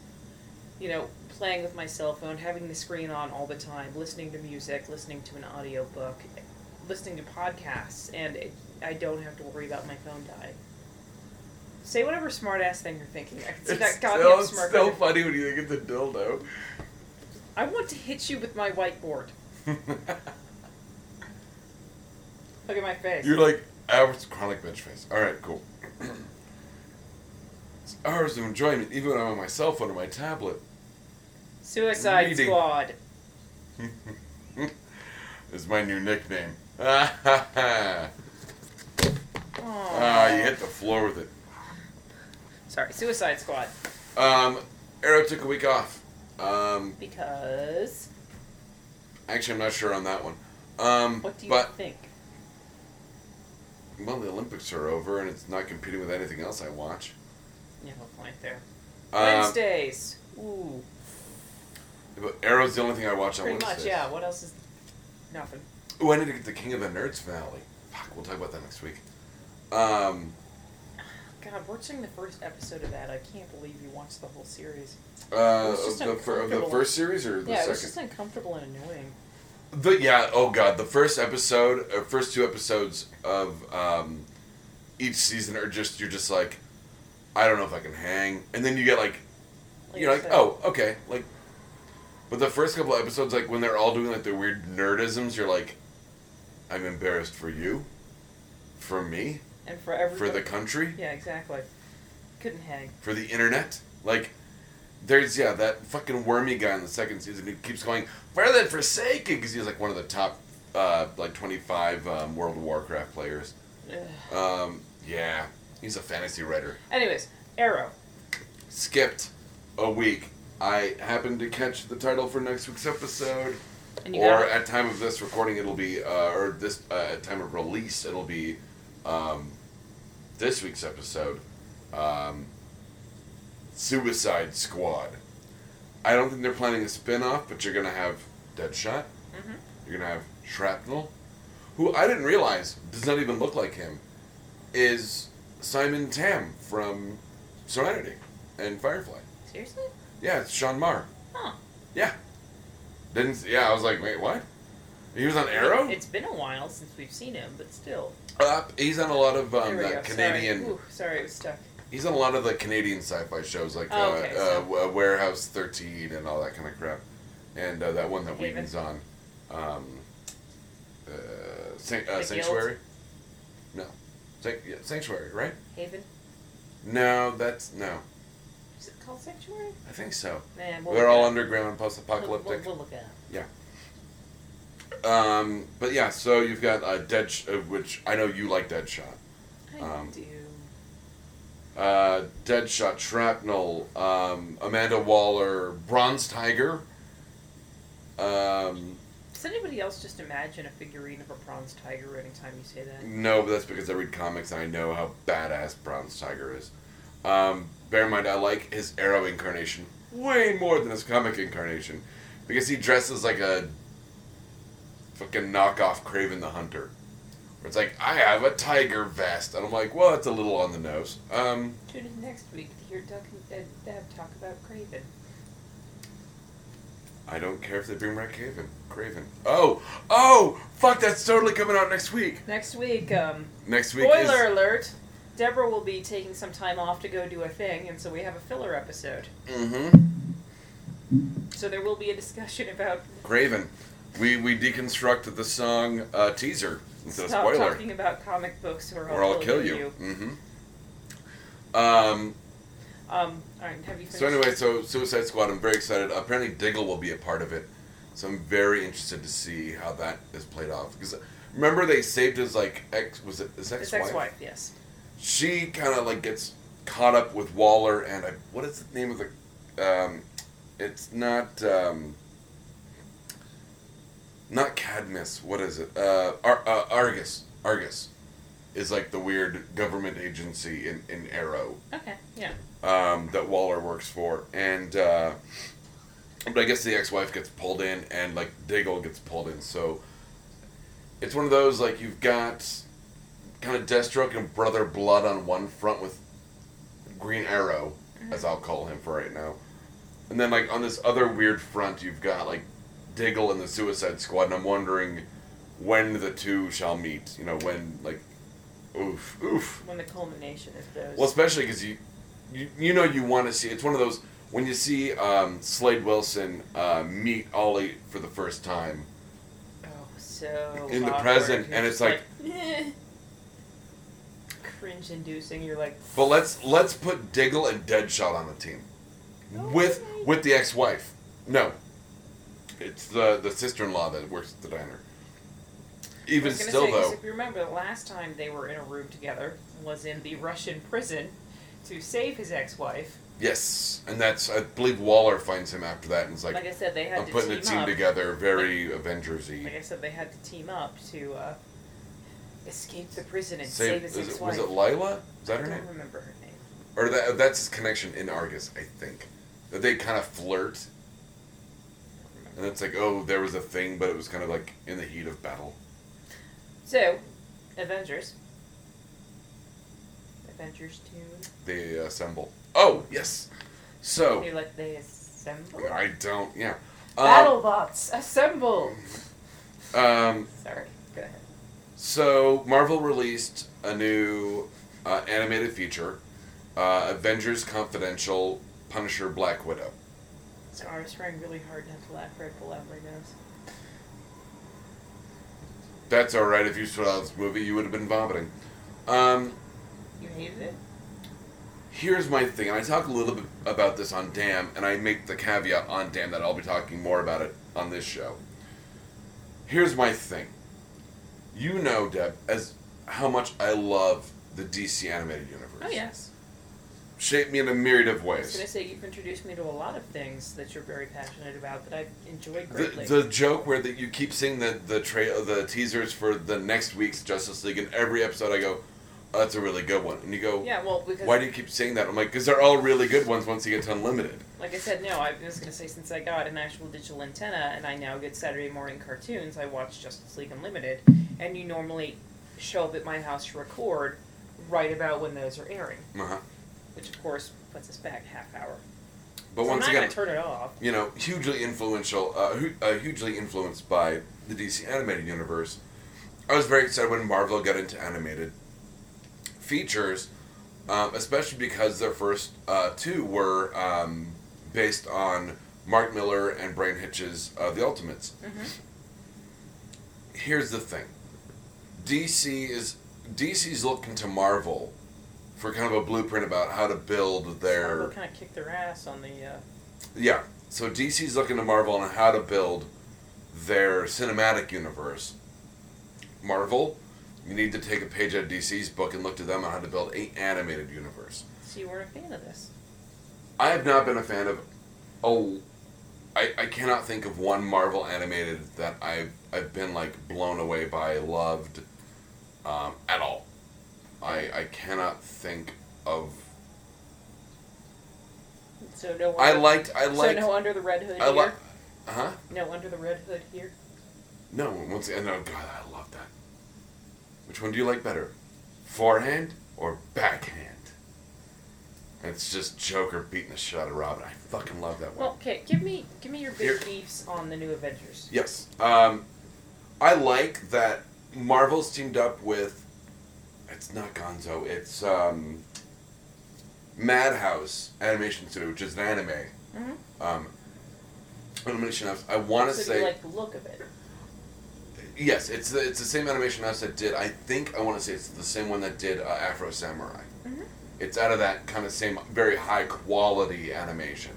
Speaker 1: you know, playing with my cell phone, having the screen on all the time, listening to music, listening to an audiobook. listening to podcasts and it, I don't have to worry about my phone dying. Say whatever smart ass thing you're thinking. I can see
Speaker 2: It's
Speaker 1: that
Speaker 2: still,
Speaker 1: goddamn
Speaker 2: it's
Speaker 1: smart.
Speaker 2: still funny when you think it's a dildo.
Speaker 1: I want to hit you with my whiteboard. Look at my face.
Speaker 2: You're like average chronic bitch face. All right, cool. it's hours of enjoyment, even when I'm on my cell phone or my tablet.
Speaker 1: Suicide
Speaker 2: reading.
Speaker 1: Squad.
Speaker 2: is my new nickname. ah,
Speaker 1: Aw.
Speaker 2: you hit the floor with it.
Speaker 1: Sorry, Suicide Squad.
Speaker 2: Um, Arrow took a week off. Um,
Speaker 1: Because
Speaker 2: actually, I'm not sure on that one. Um,
Speaker 1: what do you
Speaker 2: but
Speaker 1: think?
Speaker 2: well, the Olympics are over, and it's not competing with anything else I watch.
Speaker 1: You have a point there.
Speaker 2: Um,
Speaker 1: Wednesdays. Ooh,
Speaker 2: but Arrow's the only thing I watch on
Speaker 1: pretty
Speaker 2: Wednesdays.
Speaker 1: much. Yeah. What else is nothing?
Speaker 2: Oh, I need to get the King of the Nerds finale. Fuck, we'll talk about that next week. Um,
Speaker 1: God, watching the first episode of that, I can't believe you watched the whole series.
Speaker 2: uh,
Speaker 1: was
Speaker 2: of
Speaker 1: just
Speaker 2: the, fir- of the
Speaker 1: uncomfortable.
Speaker 2: first series or the
Speaker 1: yeah, it was
Speaker 2: second?
Speaker 1: just uncomfortable and annoying.
Speaker 2: The yeah, oh god, the first episode or first two episodes of um, each season are just you're just like, I don't know if I can hang, and then you get like, you're
Speaker 1: I
Speaker 2: like,
Speaker 1: said,
Speaker 2: oh okay, like, but the first couple episodes, like when they're all doing like their weird nerdisms, you're like, I'm embarrassed for you, for me,
Speaker 1: and for
Speaker 2: for
Speaker 1: everybody.
Speaker 2: the country,
Speaker 1: yeah, exactly. Couldn't hang.
Speaker 2: for the internet, like. There's yeah that fucking wormy guy in the second season who keeps going further than forsaken because he's like one of the top uh, like twenty five um, World of Warcraft players.
Speaker 1: Ugh.
Speaker 2: Um, yeah, he's a fantasy writer.
Speaker 1: Anyways, Arrow.
Speaker 2: Skipped a week. I happened to catch the title for next week's episode,
Speaker 1: And you
Speaker 2: or
Speaker 1: got
Speaker 2: at time of this recording, it'll be uh, or this uh, at time of release, it'll be um, this week's episode. Um, Suicide Squad. I don't think they're planning a spin off, but you're gonna have Deadshot.
Speaker 1: Mhm.
Speaker 2: You're gonna have Shrapnel, who I didn't realize does not even look like him, is Simon Tam from Serenity and Firefly.
Speaker 1: seriously?
Speaker 2: Yeah, it's Sean Marr.
Speaker 1: Huh?
Speaker 2: Yeah. Didn't yeah, I was like, wait, what? He was on Arrow?
Speaker 1: It's been a while since we've seen him, but still.
Speaker 2: Uh, he's on a lot of
Speaker 1: there
Speaker 2: um,
Speaker 1: we
Speaker 2: that
Speaker 1: go.
Speaker 2: Canadian.
Speaker 1: Sorry. Ooh, sorry, it was stuck.
Speaker 2: He's on a lot of the Canadian sci-fi shows like
Speaker 1: Oh, okay,
Speaker 2: uh, uh,
Speaker 1: so-
Speaker 2: Wa- Warehouse 13 and all that kind of crap, and uh, that one that
Speaker 1: Haven.
Speaker 2: Whedon's on, um, uh, San- uh,
Speaker 1: Guild?
Speaker 2: Sanctuary. No, San- yeah, Sanctuary, right?
Speaker 1: Haven.
Speaker 2: No, that's no.
Speaker 1: Is it called Sanctuary?
Speaker 2: I think so.
Speaker 1: Man, we'll
Speaker 2: They're
Speaker 1: look it
Speaker 2: all
Speaker 1: up.
Speaker 2: underground, post-apocalyptic.
Speaker 1: We'll, we'll, we'll look it up.
Speaker 2: Um, but yeah, so you've got uh, Dead, Sh- uh, which I know you like Deadshot.
Speaker 1: I
Speaker 2: Um,
Speaker 1: do.
Speaker 2: Uh, Deadshot, Shrapnel, um, Amanda Waller, Bronze Tiger. Um,
Speaker 1: Does anybody else just imagine a figurine of a bronze tiger anytime you say that?
Speaker 2: no, but that's because I read comics and I know how badass Bronze Tiger is. Um, bear in mind, I like his Arrow incarnation way more than his comic incarnation because he dresses like a fucking knockoff Craven the Hunter. Where it's like, I have a tiger vest. And I'm like, well, that's a little on the nose. Um,
Speaker 1: Tune in next week to hear Doug and Deb, Deb talk about Craven.
Speaker 2: I don't care if they bring back Craven. Craven. Oh, oh, fuck! That's totally coming out next week.
Speaker 1: Next week, um,
Speaker 2: Next week
Speaker 1: spoiler alert, Deborah will be taking some time off to go do a thing, and so we have a filler episode.
Speaker 2: is mm-hmm.
Speaker 1: So there will be a discussion about
Speaker 2: Craven. We we deconstructed the song uh, teaser into a
Speaker 1: stop
Speaker 2: spoiler,
Speaker 1: talking about comic books or,
Speaker 2: or I'll kill you. Mm-hmm. Um.
Speaker 1: Um, all right, have you finished?
Speaker 2: So anyway, so Suicide Squad. I'm very excited. Apparently, Diggle will be a part of it, so I'm very interested to see how that is played off. Because remember, they saved his like ex was it his
Speaker 1: His
Speaker 2: ex-wife?
Speaker 1: ex-wife, yes.
Speaker 2: she kind of like gets caught up with Waller and I, what is the name of the um, it's not um, not Cadmus what is it uh, Ar- uh, Argus Argus is like the weird government agency in, in Arrow
Speaker 1: Okay, yeah.
Speaker 2: um, that Waller works for and uh, but I guess the ex-wife gets pulled in and like Diggle gets pulled in so it's one of those like you've got kind of Deathstroke and Brother Blood on one front with Green Arrow, as I'll call him for right now, and then like on this other weird front you've got like Diggle and the Suicide Squad, and I'm wondering when the two shall meet. You know, when like, oof, oof.
Speaker 1: when the culmination is those.
Speaker 2: Well, especially because you, you, you know, you want to see. It's one of those when you see um, Slade Wilson uh, meet Ollie for the first time.
Speaker 1: oh, so
Speaker 2: in the
Speaker 1: awkward.
Speaker 2: present,
Speaker 1: You're
Speaker 2: and
Speaker 1: just
Speaker 2: it's like-
Speaker 1: eh. cringe-inducing. You're like,
Speaker 2: But let's let's put Diggle and Deadshot on the team,
Speaker 1: Oh,
Speaker 2: with
Speaker 1: right.
Speaker 2: with the ex-wife. No, it's the the sister-in-law that works at the diner.
Speaker 3: I
Speaker 2: Even
Speaker 3: was gonna
Speaker 2: still,
Speaker 3: say, 'cause
Speaker 2: though,
Speaker 1: If you remember, the last time they were in a room together was in the Russian prison to save his ex-wife.
Speaker 2: yes, and that's I believe Waller finds him after that and is like,
Speaker 1: Like I said, they had
Speaker 2: I'm
Speaker 1: to
Speaker 2: putting
Speaker 1: team
Speaker 2: a team
Speaker 1: up.
Speaker 2: together, very Avengers-y.
Speaker 1: Like I said, they had to team up to uh, escape the prison and
Speaker 2: Save-
Speaker 1: save, his
Speaker 2: is it-
Speaker 1: ex-wife.
Speaker 2: was it Lila? Is that her
Speaker 1: I don't
Speaker 2: name?
Speaker 1: remember her name.
Speaker 2: Or that that's his connection in Argus, I think. That they kind of flirt, and it's like, oh, there was a thing, but it was kind of like in the heat of battle.
Speaker 1: So, Avengers. Avengers two.
Speaker 2: They assemble. Oh yes, so.
Speaker 1: They like they assemble.
Speaker 2: I don't. Yeah. Um,
Speaker 1: BattleBots assemble.
Speaker 2: um,
Speaker 1: Sorry. Go ahead.
Speaker 2: so Marvel released a new uh, animated feature, uh, Avengers Confidential Punisher Black Widow.
Speaker 1: So I was trying really hard not to laugh right below my nose.
Speaker 2: That's all right. If you saw this movie, you would have been vomiting. Um,
Speaker 1: You hated it.
Speaker 2: here's my thing, and I talk a little bit about this on Damn, and I make the caveat on Damn that I'll be talking more about it on this show. Here's my thing. You know, Deb, as how much I love the DC animated universe.
Speaker 1: Oh yes.
Speaker 2: shaped me in a myriad of
Speaker 1: I was gonna
Speaker 2: ways.
Speaker 1: say you've introduced me to a lot of things that you're very passionate about that I've enjoyed
Speaker 2: The,
Speaker 1: greatly.
Speaker 2: the joke where that you keep seeing the the tra- the teasers for the next week's Justice League, and every episode I go, oh, "That's a really good one," and you go,
Speaker 1: yeah, well, because
Speaker 2: "Why do you keep saying that?" I'm like, "Cause they're all really good ones once you get to Unlimited."
Speaker 1: like I said, no, I was gonna say since I got an actual digital antenna and I now get Saturday morning cartoons, I watch Justice League Unlimited, and you normally show up at my house to record right about when those are airing,
Speaker 2: Uh-huh.
Speaker 1: which of course puts us back half hour.
Speaker 2: But
Speaker 1: So
Speaker 2: once
Speaker 1: I'm not
Speaker 2: again,
Speaker 1: gonna turn it off.
Speaker 2: you know, hugely influential, uh, hu- uh, hugely influenced by the DC animated universe. I was very excited when Marvel got into animated features, um, especially because their first uh, two were um, based on Mark Miller and Brian Hitch's uh, The Ultimates.
Speaker 1: Mm-hmm.
Speaker 2: Here's the thing: DC is DC's looking to Marvel for kind of a blueprint about how to build their
Speaker 1: Marvel kind of kicked their ass on the. Uh,
Speaker 2: yeah. So DC's looking to Marvel on how to build their cinematic universe. Marvel, you need to take a page out of DC's book and look to them on how to build a animated universe.
Speaker 1: so you weren't a fan of this.
Speaker 2: I have not been a fan of oh I, I cannot think of one Marvel animated that I've I've been like blown away by, loved um, at all. I I cannot think of
Speaker 1: So no.
Speaker 2: I
Speaker 1: under-
Speaker 2: liked I liked
Speaker 1: so no under the red hood
Speaker 2: I uh-huh.
Speaker 1: here.
Speaker 2: like huh?
Speaker 1: no under the red hood here.
Speaker 2: No, once again, oh god, I love that. Which one do you like better, forehand or backhand? It's just Joker beating the shit out of Robin. I fucking love that one.
Speaker 1: Well, okay, give me give me your
Speaker 2: Here.
Speaker 1: big beefs on the new Avengers.
Speaker 2: Yes, um, I like that Marvel's teamed up with. It's not Gonzo. It's um, Madhouse Animation Studio, which is an anime.
Speaker 1: Mhm.
Speaker 2: Um, animation house. I want to
Speaker 1: so do
Speaker 2: say
Speaker 1: you like the look of it?
Speaker 2: Yes, it's the, it's the same animation house that did. I think I want to say it's the same one that did uh, Afro Samurai.
Speaker 1: Mhm.
Speaker 2: It's out of that kind of same very high quality animation.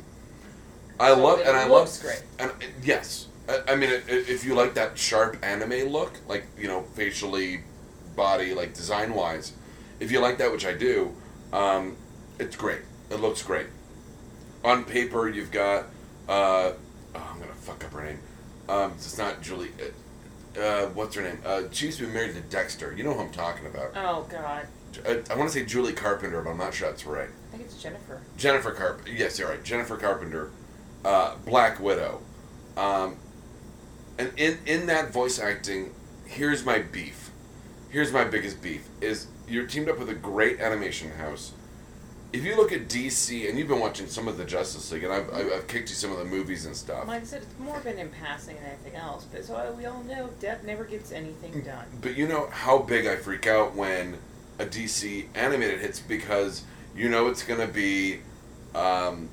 Speaker 2: I
Speaker 1: So
Speaker 2: love
Speaker 1: it
Speaker 2: and I
Speaker 1: looks
Speaker 2: love
Speaker 1: great.
Speaker 2: and it- Um, yes, I, I mean i- i if you like that sharp anime look, like you know facially, body like design wise, if you like that, which I do, um, it's great. It looks great. On paper, you've got uh, oh, I'm gonna fuck up her name. Um, it's not Julie. uh, Uh, what's her name? Uh, she used to be married to Dexter. You know who I'm talking about.
Speaker 1: Oh God,
Speaker 2: Ju- I, I want to say Julie Carpenter, but I'm not sure that's right.
Speaker 1: I think it's Jennifer.
Speaker 2: Jennifer Carpenter. Yes, you're right. Jennifer Carpenter, uh, Black Widow, um, and in in that voice acting, here's my beef. Here's my biggest beef: is you're teamed up with a great animation house. if you look at DC, and you've been watching some of the Justice League, and I've, I've I've kicked you some of the movies and stuff.
Speaker 1: Like I said, it's more been in passing than anything else. But so we all know Deb never gets
Speaker 2: Mm.
Speaker 1: anything done.
Speaker 2: But you know how big I freak out when a DC animated hits because you know it's going to be, um,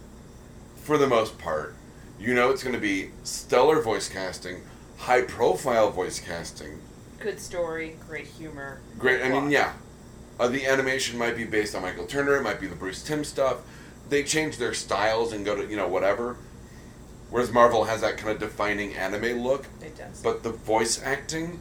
Speaker 2: for the most part, you know it's going to be stellar voice casting, high profile voice casting.
Speaker 1: Good story, great humor.
Speaker 2: Great. I mean,
Speaker 1: plot.
Speaker 2: yeah. Uh, the animation might be based on Michael Turner. It might be the Bruce Tim stuff. They change their styles and go to you know whatever. Whereas Marvel has that kind of defining anime look.
Speaker 1: It does.
Speaker 2: But the voice acting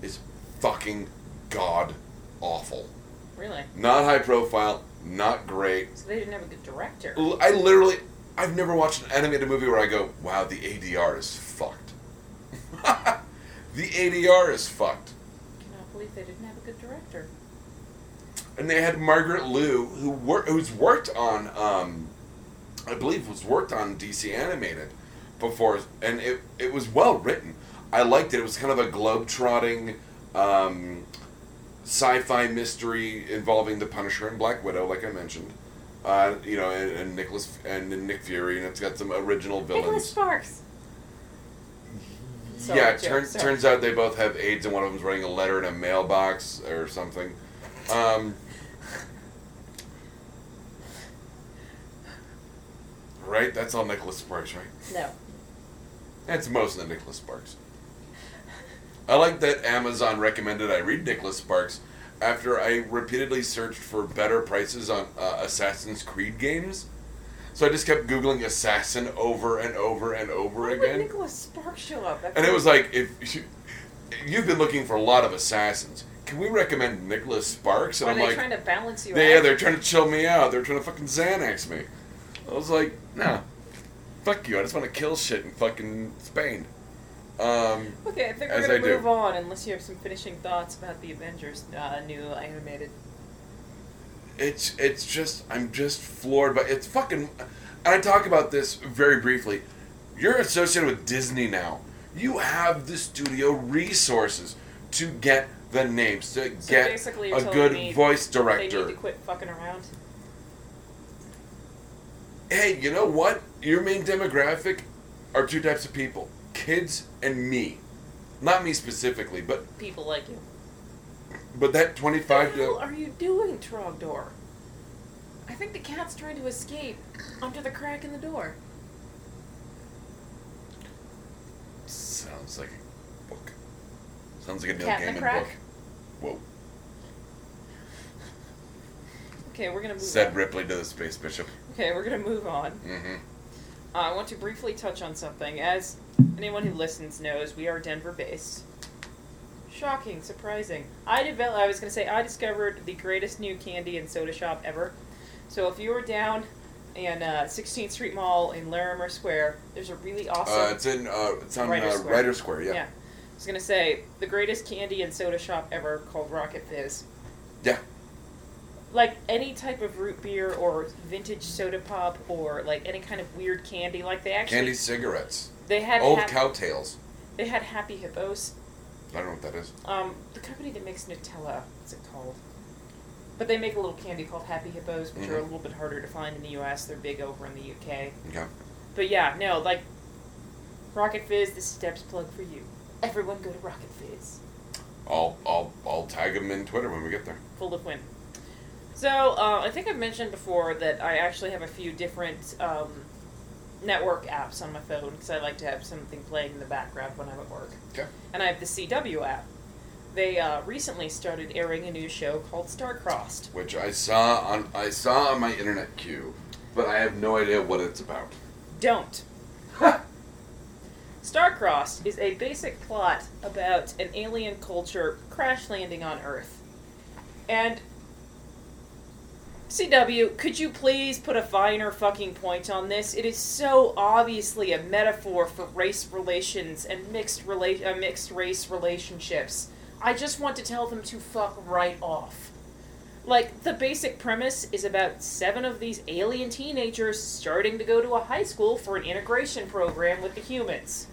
Speaker 2: is fucking god awful.
Speaker 1: really.
Speaker 2: Not high profile, not great.
Speaker 1: So they didn't have a good director.
Speaker 2: L- I literally, I've never watched an animated movie where I go, wow, the ADR is fucked. the ADR is fucked.
Speaker 1: cannot believe they didn't have a good director.
Speaker 2: And they had Margaret Liu, who wor- who's worked on, um, I believe, was worked on DC animated before, and it it was well written. I liked it. It was kind of a globe trotting, um, sci-fi mystery involving the Punisher and Black Widow, like I mentioned. Uh, you know, and, and Nicholas and, Nick Fury, and it's got some original
Speaker 1: Nicholas
Speaker 2: villains.
Speaker 1: Sparks. Sorry,
Speaker 2: yeah,
Speaker 1: Joe,
Speaker 2: turn,
Speaker 1: sorry.
Speaker 2: turns out they both have AIDS, and one of them's writing a letter in a mailbox or something. Um, right, that's all Nicholas Sparks, right?
Speaker 1: No.
Speaker 2: That's most of the Nicholas Sparks. I like that Amazon recommended I read Nicholas Sparks after I repeatedly searched for better prices on uh, Assassin's Creed games. So I just kept googling assassin over and over and over
Speaker 1: Why would
Speaker 2: again.
Speaker 1: Nicholas Sparks show up?
Speaker 2: And it was like, if you, you've been looking for a lot of assassins, can we recommend Nicholas Sparks? And
Speaker 1: Are
Speaker 2: I'm
Speaker 1: they
Speaker 2: like,
Speaker 1: trying to balance you out?
Speaker 2: yeah, they're trying to chill me out. They're trying to fucking Xanax me. I was like, nah, fuck you. I just want to kill shit in fucking Spain. Um,
Speaker 1: Okay, I think
Speaker 2: as
Speaker 1: we're gonna
Speaker 2: I do.
Speaker 1: move on unless you have some finishing thoughts about the Avengers uh, new animated.
Speaker 2: it's it's just I'm just floored by it's fucking. And I talk about this very briefly. You're associated with Disney now. You have the studio resources to get the names to
Speaker 1: So
Speaker 2: get
Speaker 1: basically, you're
Speaker 2: a
Speaker 1: telling
Speaker 2: good
Speaker 1: me
Speaker 2: voice
Speaker 1: They need
Speaker 2: director.
Speaker 1: to quit fucking around.
Speaker 2: hey, you know what? Your main demographic are two types of people kids and me. Not me specifically, but
Speaker 1: People like you.
Speaker 2: but that 25
Speaker 1: What the hell
Speaker 2: to.
Speaker 1: are you doing, Trogdor? I think the cat's trying to escape under the crack in the door.
Speaker 2: Sounds like a book. Sounds like a Neil
Speaker 1: Cat in the
Speaker 2: Gaiman
Speaker 1: Crack?
Speaker 2: book. Whoa.
Speaker 1: Okay, we're gonna move.
Speaker 2: Said
Speaker 1: on.
Speaker 2: Ripley to the Space Bishop.
Speaker 1: Okay, we're gonna move on.
Speaker 2: Mm-hmm.
Speaker 1: Uh, I want to briefly touch on something. As anyone who listens knows, we are Denver based. Shocking, surprising. I developed. I was gonna say I discovered the greatest new candy and soda shop ever. So if you were down in uh, 16th Street Mall in Larimer Square, there's a really
Speaker 2: Uh,
Speaker 1: awesome.
Speaker 2: it's in. Uh, it's on
Speaker 1: Writer
Speaker 2: uh,
Speaker 1: Square.
Speaker 2: Writer Square. Yeah.
Speaker 1: yeah. I was gonna say the greatest candy and soda shop ever called Rocket Fizz.
Speaker 2: Yeah.
Speaker 1: like any type of root beer or vintage soda pop or like any kind of weird candy. Like they actually
Speaker 2: Candy cigarettes.
Speaker 1: they had
Speaker 2: Old
Speaker 1: hap-
Speaker 2: cowtails.
Speaker 1: they had Happy Hippos.
Speaker 2: I don't know what that is.
Speaker 1: Um, the company that makes Nutella, what's it called? But they make a little candy called Happy Hippos, which are a
Speaker 2: Mhm.
Speaker 1: little bit harder to find in the U.S. They're big over in the U.K.
Speaker 2: Yeah.
Speaker 1: But yeah, no, like Rocket Fizz. This is Deb's plug for you. Everyone go to Rocket Fizz.
Speaker 2: I'll I'll I'll tag them in Twitter when we get there.
Speaker 1: full of wind. So uh, I think I've mentioned before that I actually have a few different um, network apps on my phone because I like to have something playing in the background when I'm at work.
Speaker 2: Okay.
Speaker 1: And I have the CW app. They uh, recently started airing a new show called Starcrossed.
Speaker 2: Which I saw on I saw on my internet queue, but I have no idea what it's about.
Speaker 1: Don't. Starcrossed is a basic plot about an alien culture crash landing on Earth. And CW, could you please put a finer fucking point on this? It is so obviously a metaphor for race relations and mixed rela- uh, mixed race relationships. I just want to tell them to fuck right off. Like the basic premise is about seven of these alien teenagers starting to go to a high school for an integration program with the humans.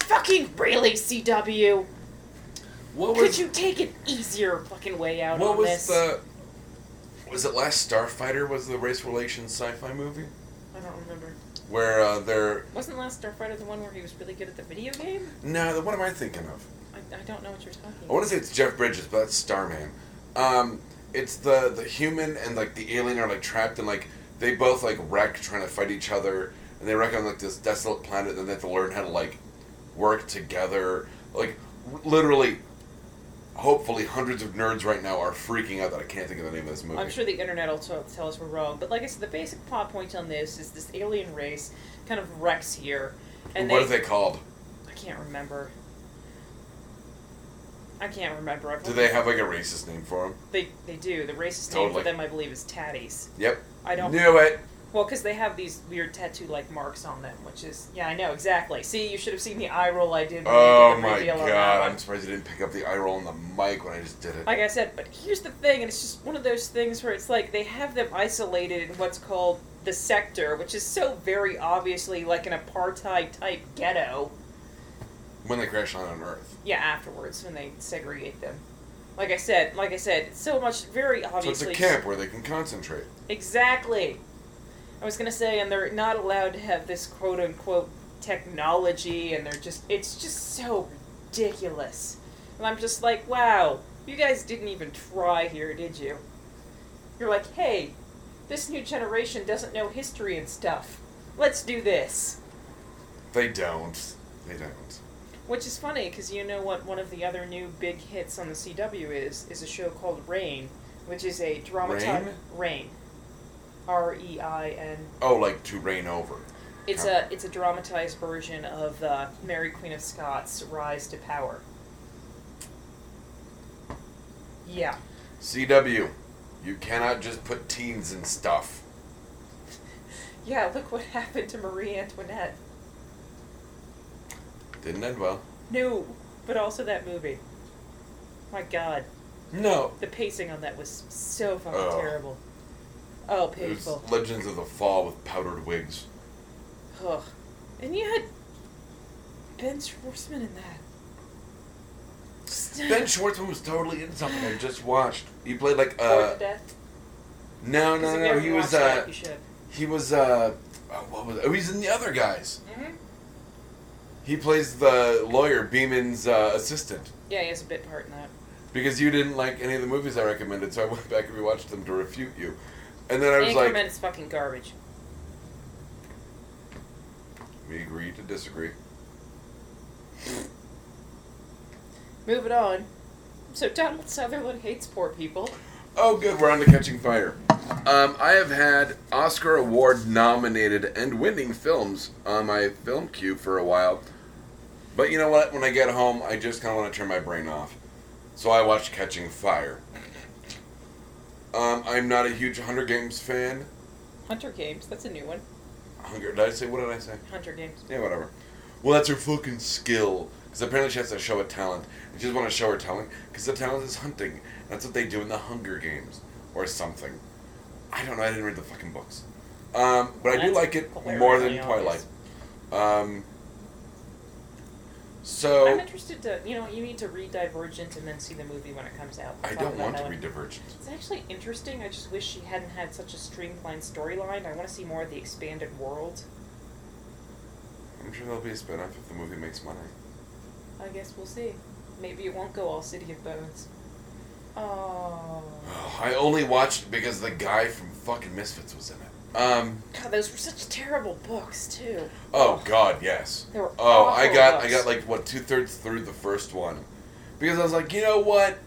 Speaker 1: Fucking really, CW?
Speaker 2: What
Speaker 1: Could you take an easier fucking way out
Speaker 2: what
Speaker 1: on
Speaker 2: was
Speaker 1: this?
Speaker 2: the was it last Starfighter was the race relations sci-fi movie
Speaker 1: I don't remember.
Speaker 2: where uh, they're
Speaker 1: Wasn't Last Starfighter the one where he was really good at the video game?
Speaker 2: no what am I thinking of
Speaker 1: I, I don't know what you're talking
Speaker 2: I
Speaker 1: about.
Speaker 2: want to say it's Jeff Bridges but that's Starman um it's the the human and like the alien are like trapped and like they both like wreck trying to fight each other and they wreck on like this desolate planet and then they have to learn how to like work together like literally hopefully hundreds of nerds right now are freaking out that I can't think of the name of this movie
Speaker 1: I'm sure the internet will tell, tell us we're wrong, but like I said, the basic plot point on this is this alien race kind of wrecks here, and
Speaker 2: what
Speaker 1: they,
Speaker 2: are they called
Speaker 1: I can't remember. I can't remember. I
Speaker 2: Do
Speaker 1: believe
Speaker 2: they have like a racist name for them?
Speaker 1: They they do. The racist name
Speaker 2: Totally.
Speaker 1: for them, I believe, is tatties.
Speaker 2: Yep.
Speaker 1: I don't.
Speaker 2: knew it.
Speaker 1: Well, because they have these weird tattoo-like marks on them, which is yeah, I know exactly. See, you should have seen the eye roll I did. When I
Speaker 2: Oh
Speaker 1: did the
Speaker 2: my
Speaker 1: reveal on that
Speaker 2: god!
Speaker 1: one.
Speaker 2: I'm surprised you didn't pick up the eye roll on the mic when I just did it.
Speaker 1: like I said, but here's the thing, and it's just one of those things where it's like they have them isolated in what's called the sector, which is so very obviously like an apartheid type ghetto.
Speaker 2: when they crash land on Earth,
Speaker 1: Yeah, afterwards when they segregate them. Like I said, like I said, it's so much very
Speaker 2: so it's a
Speaker 1: obviously
Speaker 2: camp where they can concentrate.
Speaker 1: Exactly. I was gonna say, and they're not allowed to have this quote unquote technology, and they're just, it's just so ridiculous. And I'm just like, wow, you guys didn't even try here, did you? You're like, hey, this new generation doesn't know history and stuff. Let's do this.
Speaker 2: They don't. They don't.
Speaker 1: Which is funny, because you know what one of the other new big hits on the CW is? Is a show called Rain, which is a dramatized.
Speaker 2: Rain?
Speaker 1: Rain. R E I N.
Speaker 2: Oh, like to reign over.
Speaker 1: It's a it's a dramatized version of uh, Mary Queen of Scots' rise to power. Yeah,
Speaker 2: CW, you cannot just put teens and stuff.
Speaker 1: yeah. Look what happened to Marie Antoinette.
Speaker 2: Didn't end well.
Speaker 1: No, but also that movie. My God,
Speaker 2: No.
Speaker 1: the pacing on that was so fucking
Speaker 2: Oh.
Speaker 1: terrible. Oh,
Speaker 2: It was
Speaker 1: painful.
Speaker 2: Legends of the Fall with powdered wigs.
Speaker 1: Ugh. And you had Ben Schwartzman in that. Just-
Speaker 2: Ben Schwartzman was totally in something I just watched. He played like
Speaker 1: Bored
Speaker 2: uh
Speaker 1: to death.
Speaker 2: no
Speaker 1: 'Cause
Speaker 2: no
Speaker 1: if
Speaker 2: no
Speaker 1: you ever
Speaker 2: he was
Speaker 1: watched that,
Speaker 2: uh
Speaker 1: you should.
Speaker 2: He was uh oh, what was oh he's in the other guys.
Speaker 1: Mhm.
Speaker 2: He plays the lawyer Beeman's uh, assistant
Speaker 1: Yeah, he has a bit part in that.
Speaker 2: because you didn't like any of the movies I recommended, so I went back and rewatched them to refute you. And then I was
Speaker 1: Anchorman
Speaker 2: like,
Speaker 1: is fucking garbage.
Speaker 2: we agree to disagree.
Speaker 1: Moving on. So Donald Sutherland hates poor people.
Speaker 2: Oh, good, we're on to Catching Fire. Um, I have had Oscar Award nominated and winning films on my film queue for a while, but you know what? When I get home, I just kind of want to turn my brain off. So I watched Catching Fire. Um, I'm not a huge Hunger Games fan.
Speaker 1: Hunter Games, that's a new one.
Speaker 2: Hunger? Did I say? What did I say?
Speaker 1: Hunter Games.
Speaker 2: Yeah, whatever. Well, that's her fucking skill. Because apparently she has to show a talent. And she doesn't want to show her talent because the talent is hunting. That's what they do in the Hunger Games or something. I don't know. I didn't read the fucking books. Um, but I do
Speaker 1: That's
Speaker 2: like it
Speaker 1: glaringly
Speaker 2: more than
Speaker 1: obvious.
Speaker 2: Twilight. Um,
Speaker 1: I'm
Speaker 2: so
Speaker 1: interested to you know you need to read Divergent and then see the movie when it comes out.
Speaker 2: I
Speaker 1: Talk
Speaker 2: don't
Speaker 1: about
Speaker 2: want
Speaker 1: that
Speaker 2: to
Speaker 1: one.
Speaker 2: read Divergent.
Speaker 1: It's actually interesting. I just wish she hadn't had such a streamlined storyline. I want to see more of the expanded world.
Speaker 2: I'm sure there'll be a spin off if the movie makes money.
Speaker 1: I guess we'll see. Maybe it won't go all City of Bones. Oh.
Speaker 2: I only watched because the guy from fucking Misfits was in it. Um,
Speaker 1: God, those were such terrible books too.
Speaker 2: Oh God, yes.
Speaker 1: They were
Speaker 2: oh, I
Speaker 1: awful
Speaker 2: got I
Speaker 1: books.
Speaker 2: got like what two thirds through the first one, because I was like, you know what,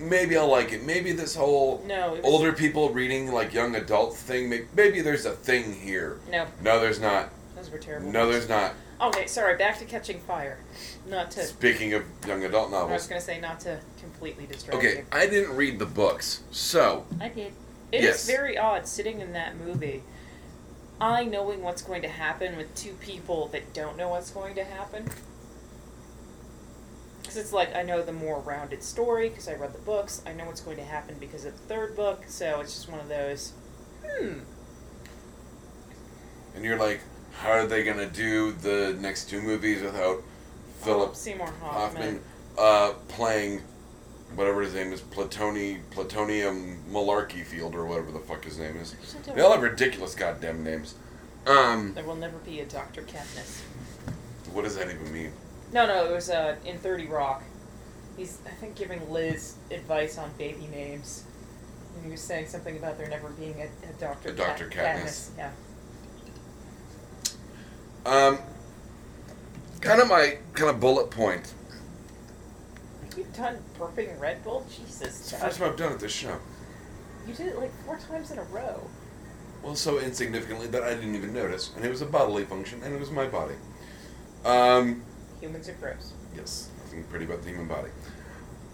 Speaker 2: maybe I'll like it. Maybe this whole
Speaker 1: No, it was,
Speaker 2: older people reading like young adult thing. may- Maybe there's a thing here.
Speaker 1: No,
Speaker 2: No, there's not.
Speaker 1: those were terrible.
Speaker 2: No,
Speaker 1: books.
Speaker 2: there's not.
Speaker 1: Okay, sorry, back to Catching Fire. Not to.
Speaker 2: Speaking of young
Speaker 1: I
Speaker 2: adult
Speaker 1: was
Speaker 2: novels,
Speaker 1: going to say not to completely distract
Speaker 2: Oh, okay,
Speaker 1: you.
Speaker 2: I didn't read the books, so
Speaker 1: I did. It is
Speaker 2: Yes.
Speaker 1: very odd sitting in that movie, I knowing what's going to happen with two people that don't know what's going to happen. Because it's like I know the more rounded story because I read the books. I know what's going to happen because of the third book. So it's just one of those. Hmm.
Speaker 2: and you're like, how are they gonna do the next two movies without Philip
Speaker 1: Seymour Hoffman.
Speaker 2: Hoffman uh, playing whatever his name is, Platoni, Plutonium Malarkey Field or whatever the fuck his name is.
Speaker 1: Actually,
Speaker 2: They
Speaker 1: there,
Speaker 2: all
Speaker 1: will,
Speaker 2: have ridiculous goddamn names. Um,
Speaker 1: there will never be a Dr. Katniss.
Speaker 2: what does that even mean?
Speaker 1: No, no, it was uh, in 30 Rock. He's, I think, giving Liz advice on baby names. And he was saying something about there never being a, a Dr.
Speaker 2: A Dr.
Speaker 1: Kat-
Speaker 2: Katniss.
Speaker 1: Yeah.
Speaker 2: Um, kind of my kind of bullet point.
Speaker 1: Are you done burping Red Bull? Jesus.
Speaker 2: It's the
Speaker 1: Doug.
Speaker 2: first time I've done it this show.
Speaker 1: You did it like four times in a row.
Speaker 2: Well, so insignificantly that I didn't even notice, and it was a bodily function, and it was my body. Um,
Speaker 1: Humans are gross.
Speaker 2: yes, nothing pretty about the human body.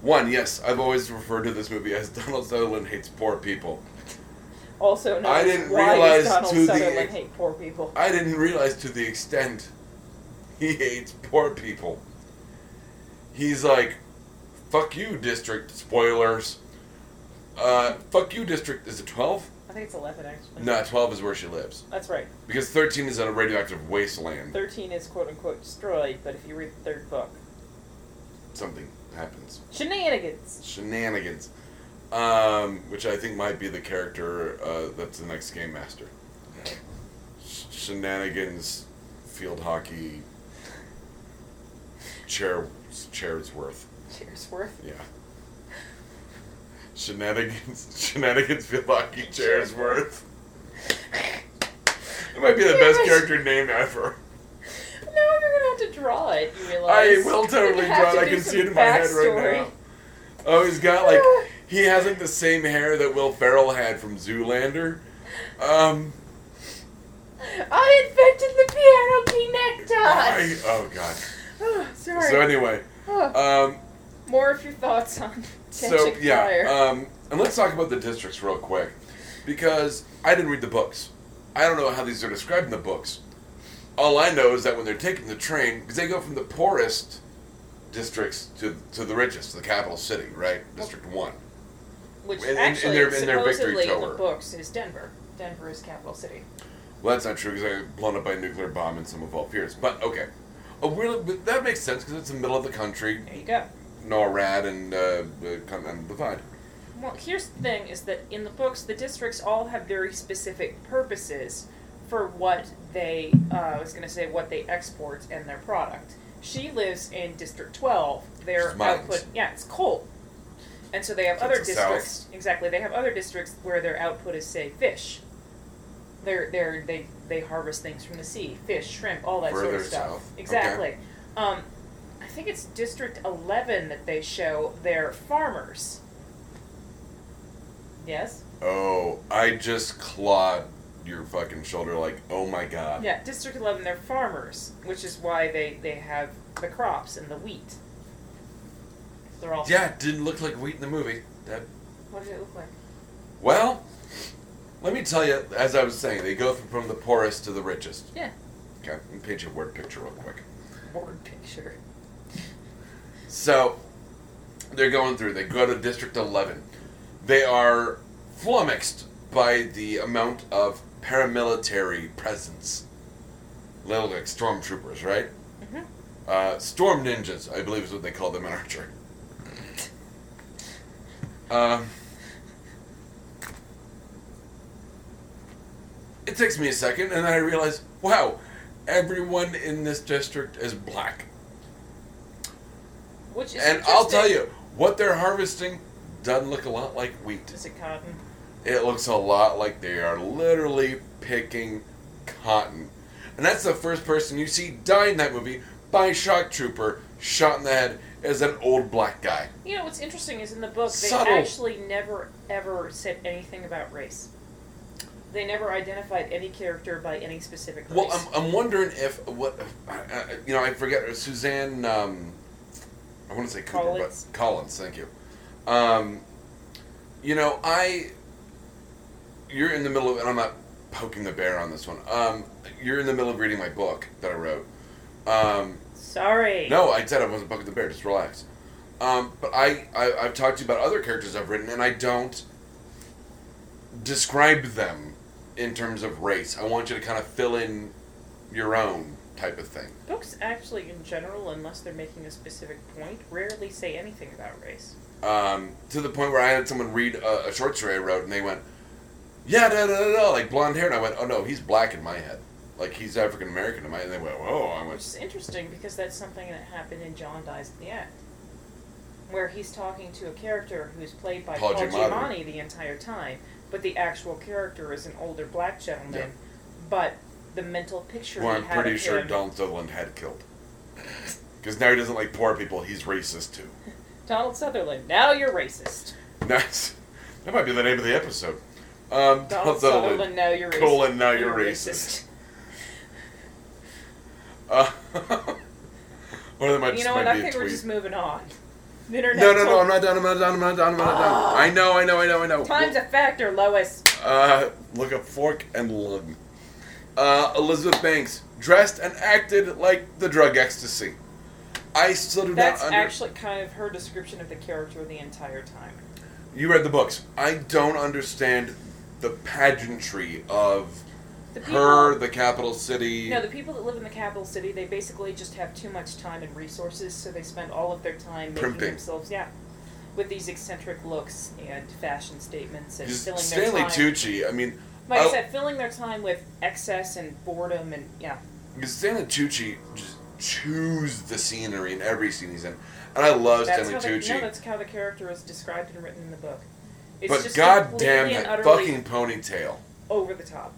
Speaker 2: One, yes, I've always referred to this movie as Donald Sutherland hates poor people.
Speaker 1: Also, no,
Speaker 2: I didn't
Speaker 1: why
Speaker 2: realize
Speaker 1: does Donald
Speaker 2: to the-
Speaker 1: Sutherland hate poor people?
Speaker 2: I didn't realize to the extent he hates poor people. He's like, fuck you, district. Spoilers. Uh, fuck you, district. Is it 12?
Speaker 1: I think it's 11, actually.
Speaker 2: No, 12 is where she lives.
Speaker 1: That's right.
Speaker 2: Because 13 is on a radioactive wasteland.
Speaker 1: 13 is quote unquote destroyed, but if you read the third book,
Speaker 2: Something happens.
Speaker 1: shenanigans!
Speaker 2: Shenanigans. Um, which I think might be the character uh, that's the next game master. Sh- Shenanigans, field hockey, chair, Chairsworth.
Speaker 1: Cheers, worth.
Speaker 2: Yeah. Shenanigans, shenanigans, field hockey, Chairsworth. It might be the best
Speaker 1: Yes.
Speaker 2: character name ever.
Speaker 1: No, you're gonna have to draw it, you
Speaker 2: I
Speaker 1: realize.
Speaker 2: will totally
Speaker 1: You're gonna have
Speaker 2: draw it.
Speaker 1: to
Speaker 2: I
Speaker 1: do
Speaker 2: can see it
Speaker 1: some
Speaker 2: in my head
Speaker 1: backstory.
Speaker 2: right now. Oh, he's got like he has like the same hair that Will Ferrell had from Zoolander. Um,
Speaker 1: I invented the piano key
Speaker 2: I,
Speaker 1: necktie!
Speaker 2: oh god.
Speaker 1: Oh, sorry.
Speaker 2: uh, So anyway,
Speaker 1: Oh,
Speaker 2: um,
Speaker 1: more of your thoughts on
Speaker 2: so
Speaker 1: Tension Fire.
Speaker 2: yeah, um, and let's talk about the districts real quick because I didn't read the books. I don't know how these are described in the books. All I know is that when they're taking the train, because they go from the poorest districts to to the richest, the capital city, right? District one.
Speaker 1: Which
Speaker 2: in- in
Speaker 1: actually,
Speaker 2: their- in their victory
Speaker 1: supposedly in
Speaker 2: tour.
Speaker 1: the books, is Denver. Denver is capital city.
Speaker 2: Well, that's not true because I got blown up by a nuclear bomb in some of all fears. But okay, oh, really, but that makes sense because it's the middle of the country,
Speaker 1: There you go.
Speaker 2: NORAD and uh, the Continental Divide.
Speaker 1: Well, here's the thing is that in the books, the districts all have very specific purposes for what they, uh, I was going to say, what they export and their product. She lives in District 12. Their
Speaker 2: It's mines.
Speaker 1: output, yeah, it's coal. And so they have
Speaker 2: So
Speaker 1: other
Speaker 2: it's the South.
Speaker 1: districts. Exactly. They have other districts where their output is, say, fish. They're, they're, they, they harvest things from the sea fish, shrimp, all that sort
Speaker 2: Further
Speaker 1: of stuff.
Speaker 2: south. Okay.
Speaker 1: Exactly. Um, I think it's District 11 that they show their farmers. Yes?
Speaker 2: Oh, I just clawed your fucking shoulder like, oh my god.
Speaker 1: Yeah, District 11, they're farmers, which is why they, they have the crops and the wheat. They're all.
Speaker 2: Yeah, it didn't look like wheat in the movie. That
Speaker 1: What did it look like?
Speaker 2: well, let me tell you. As I was saying, they go from, from the poorest to the richest.
Speaker 1: Yeah.
Speaker 2: Okay, let me paint you a word picture real quick.
Speaker 1: Board picture.
Speaker 2: So they're going through. They go to District 11. They are flummoxed by the amount of paramilitary presence. Little like stormtroopers, right?
Speaker 1: Mhm.
Speaker 2: Uh, storm ninjas, I believe, is what they call them in Archer. Um, it takes me a second, and I realize, wow, everyone in this district is black.
Speaker 1: Which is.
Speaker 2: And I'll tell
Speaker 1: interesting.
Speaker 2: you, what they're harvesting doesn't look a lot like wheat.
Speaker 1: Is it cotton?
Speaker 2: It looks a lot like they are literally picking cotton. And that's the first person you see die in that movie by a shock trooper shot in the head as an old black guy.
Speaker 1: You know, what's interesting is in the book, they
Speaker 2: Subtle.
Speaker 1: actually never, ever said anything about race. They never identified any character by any specific race.
Speaker 2: Well, um, I'm, I'm wondering if what I- I- you know. I forget uh, Suzanne. Um, I want to say Cooper,
Speaker 1: Collins.
Speaker 2: but Collins. Thank you. Um, you know, I. You're in the middle of, and I'm not poking the bear on this one. Um, you're in the middle of reading my book that I wrote. Um,
Speaker 1: Sorry.
Speaker 2: no, I said I wasn't poking the bear. Just relax. Um, but I, I I've talked to you about other characters I've written, and I don't describe them in terms of race. I want you to kind of fill in your own type of thing.
Speaker 1: Books actually, in general, unless they're making a specific point, rarely say anything about race.
Speaker 2: Um, to the point where I had someone read a, a short story I wrote, and they went, "Yeah, da da da da," like blonde hair, and I went, "Oh no, he's black in my head, like he's African American in my." head. And they went, "Whoa!" I
Speaker 1: Which
Speaker 2: went,
Speaker 1: is interesting because that's something that happened in John Dies at the End, where he's talking to a character who's played by
Speaker 2: Paul
Speaker 1: Paul,
Speaker 2: Giamatti.
Speaker 1: Giamatti the entire time, but the actual character is an older black gentleman.
Speaker 2: Yeah.
Speaker 1: But the mental picture
Speaker 2: "Well,
Speaker 1: he
Speaker 2: I'm
Speaker 1: had
Speaker 2: pretty
Speaker 1: of
Speaker 2: sure
Speaker 1: him,
Speaker 2: Donald Sutherland had killed," because now he doesn't like poor people; he's racist too.
Speaker 1: Donald Sutherland. Now you're racist.
Speaker 2: Nice. That might be the name of the episode. Um,
Speaker 1: Donald
Speaker 2: Donald
Speaker 1: Sutherland.
Speaker 2: Sutherland.
Speaker 1: Now you're racist.
Speaker 2: colon, now you're
Speaker 1: racist.
Speaker 2: Uh, or that might
Speaker 1: You
Speaker 2: just
Speaker 1: know what?
Speaker 2: might be
Speaker 1: I
Speaker 2: a
Speaker 1: think
Speaker 2: tweet.
Speaker 1: we're just moving on. The internet
Speaker 2: no, no, no!
Speaker 1: told-
Speaker 2: I'm not done. I'm not done. I'm not done. I'm not done.
Speaker 1: Ah.
Speaker 2: I know. I know. I know. I know.
Speaker 1: Time's a factor, Lois.
Speaker 2: Uh, look up fork and lung. Uh, Elizabeth Banks dressed and acted like the drug ecstasy. I still do
Speaker 1: That's
Speaker 2: not under-
Speaker 1: actually kind of her description of the character the entire time.
Speaker 2: You read the books. I don't understand the pageantry of
Speaker 1: The people,
Speaker 2: her, the capital city.
Speaker 1: no, the people that live in the capital city, they basically just have too much time and resources, so they spend all of their time making
Speaker 2: Primping.
Speaker 1: themselves, yeah, with these eccentric looks and fashion statements and
Speaker 2: Just
Speaker 1: filling
Speaker 2: Stanley
Speaker 1: their time.
Speaker 2: Tucci. I mean,
Speaker 1: Like I
Speaker 2: I-
Speaker 1: said, filling their time with excess and boredom and yeah.
Speaker 2: Because Stanley Tucci just chews the scenery in every scene he's in, and I love
Speaker 1: that's how
Speaker 2: Stanley
Speaker 1: the, no,
Speaker 2: Tucci.
Speaker 1: that's how the character is described and written in the book. It's
Speaker 2: but
Speaker 1: just
Speaker 2: goddamn
Speaker 1: completely and
Speaker 2: that
Speaker 1: utterly
Speaker 2: fucking ponytail!
Speaker 1: over the top.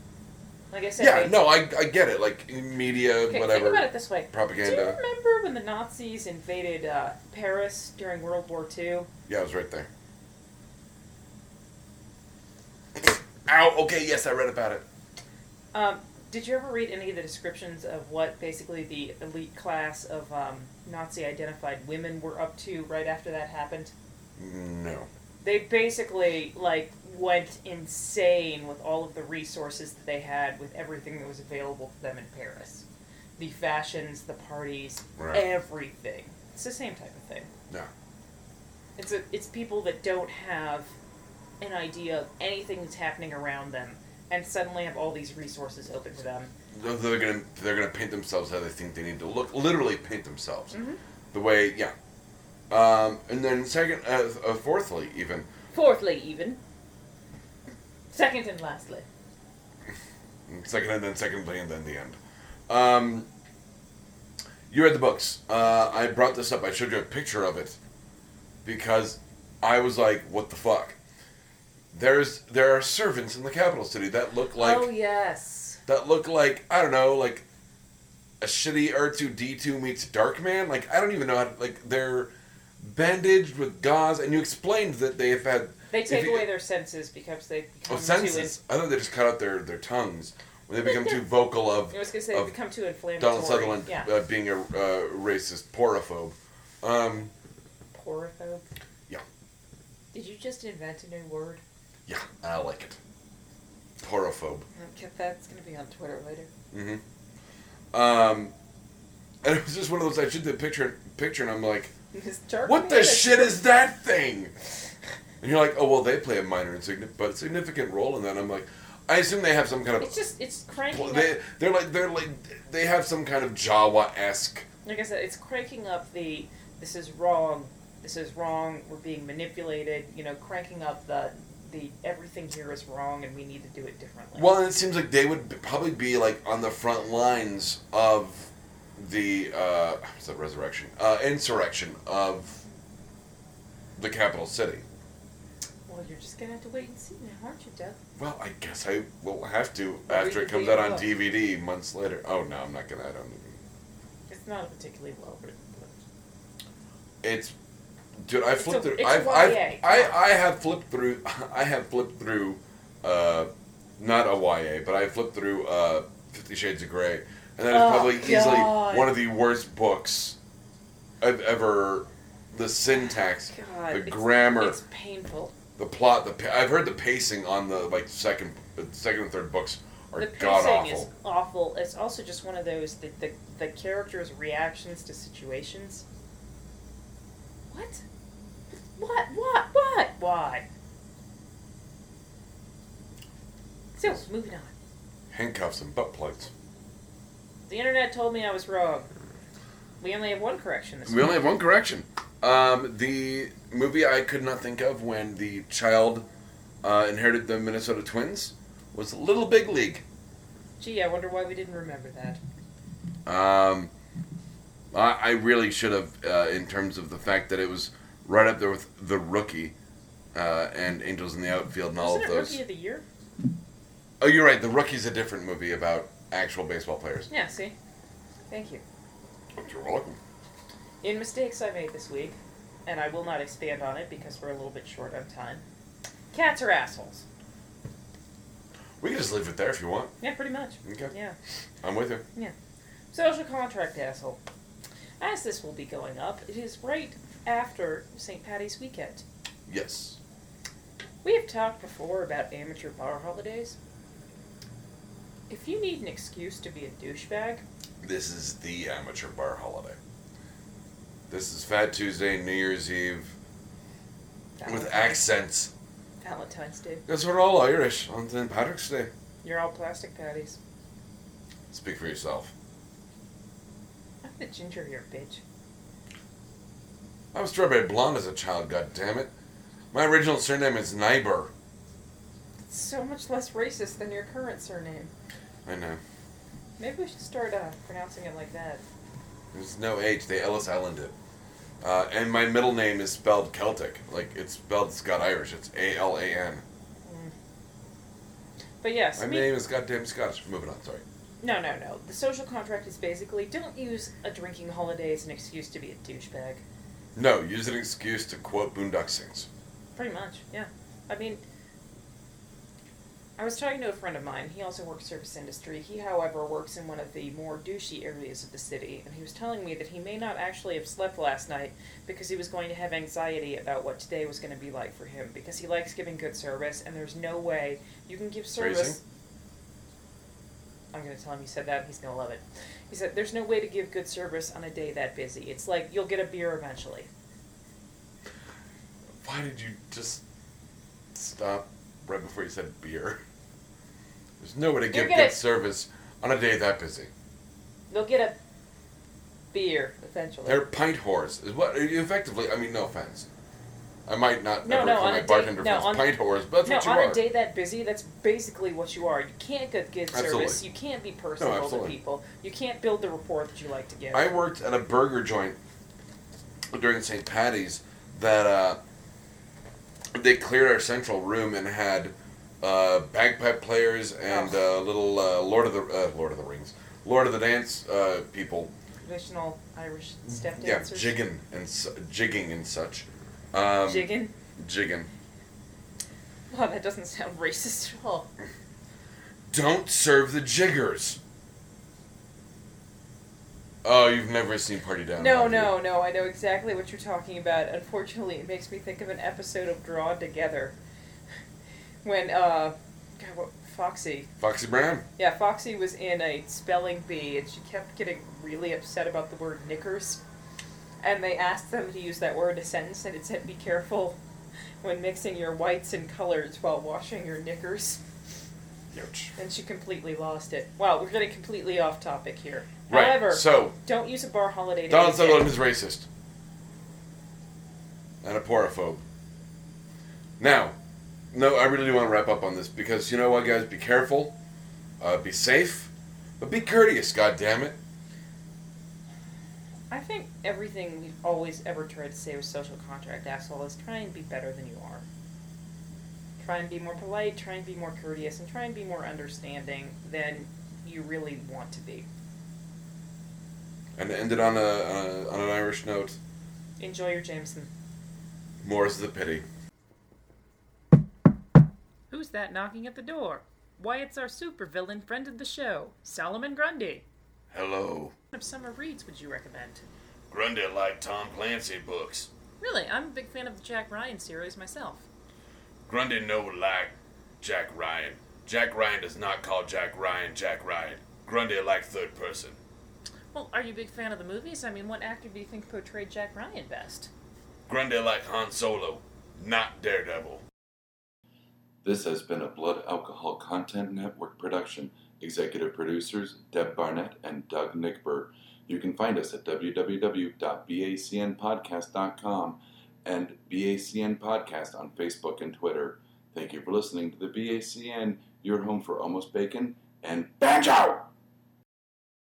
Speaker 1: Like I said,
Speaker 2: Yeah,
Speaker 1: they-
Speaker 2: no, I, I get it. Like in media,
Speaker 1: Okay,
Speaker 2: whatever
Speaker 1: think about it this way. Do you
Speaker 2: propaganda.
Speaker 1: remember when the Nazis invaded uh, Paris during World War II?
Speaker 2: Yeah, I was right there. Ow! Okay, yes, I read about it.
Speaker 1: Um, did you ever read any of the descriptions of what basically the elite class of um, Nazi identified women were up to right after that happened?
Speaker 2: No,
Speaker 1: They basically like went insane with all of the resources that they had with everything that was available to them in Paris. The fashions, the parties,
Speaker 2: Right.
Speaker 1: everything. It's the same type of thing.
Speaker 2: no.
Speaker 1: It's a, it's people that don't have an idea of anything that's happening around them, and suddenly have all these resources open to them.
Speaker 2: They're- They're gonna they're gonna paint themselves how they think they need to look. Literally paint themselves.
Speaker 1: Mhm.
Speaker 2: The way, yeah. Um, and then second, uh, uh, fourthly, even
Speaker 1: Fourthly, even second and lastly,
Speaker 2: Second and then secondly and then the end. Um, you read the books. Uh, I brought this up. I showed you a picture of it because I was like, "What the fuck?" There's there are servants in the capital city that look like
Speaker 1: oh yes,
Speaker 2: that look like I don't know like a shitty R two D two meets Dark Man. Like I don't even know how. To, like they're bandaged with gauze, and you explained that they have had
Speaker 1: they take
Speaker 2: you-
Speaker 1: away their senses because they become
Speaker 2: oh,
Speaker 1: too.
Speaker 2: senses. I thought they just cut out their their tongues when they become too vocal of.
Speaker 1: In, I was gonna say they
Speaker 2: of
Speaker 1: become too inflammatory.
Speaker 2: Donald Sutherland
Speaker 1: yeah,
Speaker 2: uh, being a uh, racist porophobe. Um,
Speaker 1: porophobe.
Speaker 2: Yeah.
Speaker 1: Did you just invent a new word?
Speaker 2: yeah, I like it. Porophobe.
Speaker 1: Okay, that's Um, gonna be on Twitter later.
Speaker 2: hmm Um, and it was just one of those. I shoot the picture, picture, and I'm like,
Speaker 1: This dark
Speaker 2: "What the
Speaker 1: man-
Speaker 2: shit is that thing?" And you're like, "Oh well, they play a minor and significant, but significant role in that." I'm like, "I assume they have some kind
Speaker 1: It's
Speaker 2: of
Speaker 1: just it's cranking.
Speaker 2: pl-
Speaker 1: up
Speaker 2: they they're like they're like they have some kind of Jawa esque."
Speaker 1: like I said, it's cranking up the this is wrong, this is wrong, we're being manipulated, you know, cranking up the the everything here is wrong and we need to do it differently.
Speaker 2: Well, and it seems like they would b- probably be like on the front lines of the uh, is that resurrection, uh, insurrection of the capital city.
Speaker 1: Well, you're just gonna have to wait and see now, aren't you, Doug?
Speaker 2: Well, I guess I will have to
Speaker 1: Well, we
Speaker 2: after it
Speaker 1: can
Speaker 2: comes out
Speaker 1: read
Speaker 2: on
Speaker 1: the book.
Speaker 2: DVD months later. Oh no, I'm not gonna. I don't. Even,
Speaker 1: It's not a particularly well written book.
Speaker 2: it's dude. I
Speaker 1: It's
Speaker 2: flipped
Speaker 1: a-
Speaker 2: through.
Speaker 1: it's
Speaker 2: I've, I've,
Speaker 1: YA.
Speaker 2: I I have flipped through. I have flipped through. Uh, not a YA, but I flipped through uh, Fifty Shades of Grey, and that is
Speaker 1: Oh,
Speaker 2: probably
Speaker 1: God.
Speaker 2: easily one of the worst books I've ever. The syntax,
Speaker 1: God,
Speaker 2: the
Speaker 1: it's-
Speaker 2: grammar,
Speaker 1: It's painful.
Speaker 2: the plot, the pa- I've heard the pacing on the like second, uh, second and third books are
Speaker 1: the
Speaker 2: god
Speaker 1: pacing is
Speaker 2: awful.
Speaker 1: awful. It's also just one of those the, the the characters' reactions to situations. What? What? What? What? Why? So moving on.
Speaker 2: Handcuffs and butt plugs.
Speaker 1: The internet told me I was wrong. We only have one correction this
Speaker 2: We
Speaker 1: week.
Speaker 2: only have one correction. Uh, Um, the movie I could not think of when the child uh, inherited the Minnesota Twins was Little Big League.
Speaker 1: Gee, I wonder why we didn't remember that.
Speaker 2: Um, I, I really should have, uh, in terms of the fact that it was right up there with The Rookie uh, and Angels in the Outfield and all
Speaker 1: Wasn't
Speaker 2: of
Speaker 1: it
Speaker 2: those.
Speaker 1: Rookie of the Year?
Speaker 2: Oh, you're right. The Rookie's a different movie about actual baseball players.
Speaker 1: Yeah, see? Thank you.
Speaker 2: You're welcome.
Speaker 1: In mistakes I made this week, and I will not expand on it because we're a little bit short on time. Cats are assholes.
Speaker 2: We can just leave it there if you want.
Speaker 1: Yeah, pretty much.
Speaker 2: Okay.
Speaker 1: Yeah.
Speaker 2: I'm with you.
Speaker 1: Social contract asshole. As this will be going up, it is right after St. Patty's weekend.
Speaker 2: Yes.
Speaker 1: We have talked before about amateur bar holidays. If you need an excuse to be a douchebag,
Speaker 2: This is the amateur bar holiday. This is Fat Tuesday, New Year's Eve, with accents.
Speaker 1: Valentine's Day,
Speaker 2: Because we're all Irish on St. Patrick's Day.
Speaker 1: you're all plastic patties.
Speaker 2: Speak for yourself.
Speaker 1: I'm the ginger here, bitch.
Speaker 2: I was strawberry blonde as a child, God damn it! My original surname is Niebuhr.
Speaker 1: It's so much less racist than your current surname.
Speaker 2: I know.
Speaker 1: Maybe we should start uh, pronouncing it like that.
Speaker 2: There's no H. They Ellis Island it. Uh, and my middle name is spelled Celtic. Like, it's spelled Scott Irish. It's A L A N.
Speaker 1: Mm. But yes,
Speaker 2: My
Speaker 1: me-
Speaker 2: name is goddamn Scottish. Moving on, sorry.
Speaker 1: no, no, no. The social contract is basically don't use a drinking holiday as an excuse to be a douchebag.
Speaker 2: No, use an excuse to quote Boondock Sings.
Speaker 1: Pretty much, yeah. I mean, I was talking to a friend of mine. He also works service industry. He, however, works in one of the more douchey areas of the city, and he was telling me that he may not actually have slept last night because he was going to have anxiety about what today was going to be like for him because he likes giving good service, and there's no way you can give service.
Speaker 2: Phrasing?
Speaker 1: I'm going to tell him you said that. and He's going to love it. He said, "There's no way to give good service on a day that busy. It's like you'll get a beer eventually."
Speaker 2: Why did you just stop right before you said beer? There's no way to give
Speaker 1: gonna-
Speaker 2: good service on a day that busy.
Speaker 1: They'll get a beer eventually.
Speaker 2: They're pint whores. Is what effectively? I mean, no offense. I might not
Speaker 1: No,
Speaker 2: ever
Speaker 1: no,
Speaker 2: call
Speaker 1: on
Speaker 2: my
Speaker 1: a day-
Speaker 2: bartender
Speaker 1: no,
Speaker 2: friends
Speaker 1: on-
Speaker 2: pint whores,
Speaker 1: no,
Speaker 2: but that's
Speaker 1: on
Speaker 2: what you
Speaker 1: a
Speaker 2: are.
Speaker 1: day that busy, that's basically what you are. You can't get good service.
Speaker 2: Absolutely.
Speaker 1: You can't be
Speaker 2: No,
Speaker 1: personable to
Speaker 2: absolutely.
Speaker 1: people. You can't build the rapport that you like to give.
Speaker 2: I worked at a burger joint during St. Patty's that uh, they cleared our central room and had uh, bagpipe players and
Speaker 1: Oh.
Speaker 2: uh, little uh, Lord of the uh, Lord of the Rings, Lord of the Dance uh, people
Speaker 1: Traditional Irish step
Speaker 2: Mm, Yeah,
Speaker 1: dancers.
Speaker 2: jigging and su- jigging and such. Um,
Speaker 1: Jiggin?
Speaker 2: jigging.
Speaker 1: Wow, that doesn't sound racist at all.
Speaker 2: Don't serve the jiggers. Oh, you've never seen Party Down.
Speaker 1: No,
Speaker 2: have you?
Speaker 1: no, no. I know exactly what you're talking about. Unfortunately, it makes me think of an episode of Drawn Together, when uh, God, what, Foxy
Speaker 2: Foxy Brown.
Speaker 1: Yeah, Foxy was in a spelling bee, and she kept getting really upset about the word knickers. And they asked them to use that word in a sentence, and it said, "Be careful when mixing your whites and colors while washing your knickers."
Speaker 2: Ouch.
Speaker 1: And she completely lost it. Wow, we're getting completely off topic here.
Speaker 2: Right.
Speaker 1: However,
Speaker 2: so
Speaker 1: don't use a bar holiday. To
Speaker 2: Donald
Speaker 1: make
Speaker 2: Sutherland
Speaker 1: it-
Speaker 2: is racist and a porophobe. Now, no, I really do want to wrap up on this because you know what, guys, be careful, uh, be safe, but be courteous. God damn it.
Speaker 1: I think everything we've always ever tried to say with social contract asshole is try and be better than you are. Try and be more polite, try and be more courteous, and try and be more understanding than you really want to be.
Speaker 2: And to end it on a, on a on an Irish note.
Speaker 1: Enjoy your Jameson.
Speaker 2: More's the pity.
Speaker 4: Who's that knocking at the door? Why, it's our supervillain friend of the show, Solomon Grundy.
Speaker 2: Hello.
Speaker 4: What summer reads would you recommend?
Speaker 2: Grundy liked Tom Clancy books.
Speaker 4: Really, I'm a big fan of the Jack Ryan series myself.
Speaker 2: Grundy no like Jack Ryan. Jack Ryan does not call Jack Ryan Jack Ryan. Grundy like third person.
Speaker 4: Well, are you a big fan of the movies? I mean, what actor do you think portrayed Jack Ryan best?
Speaker 2: Grundy like Han Solo, not Daredevil. This has been a Blood Alcohol Content Network production. Executive producers Deb Barnett and Doug Nickberg. You can find us at www.bacnpodcast.com and BACN Podcast on Facebook and Twitter. Thank you for listening to the BACN, your home for almost bacon and banjo!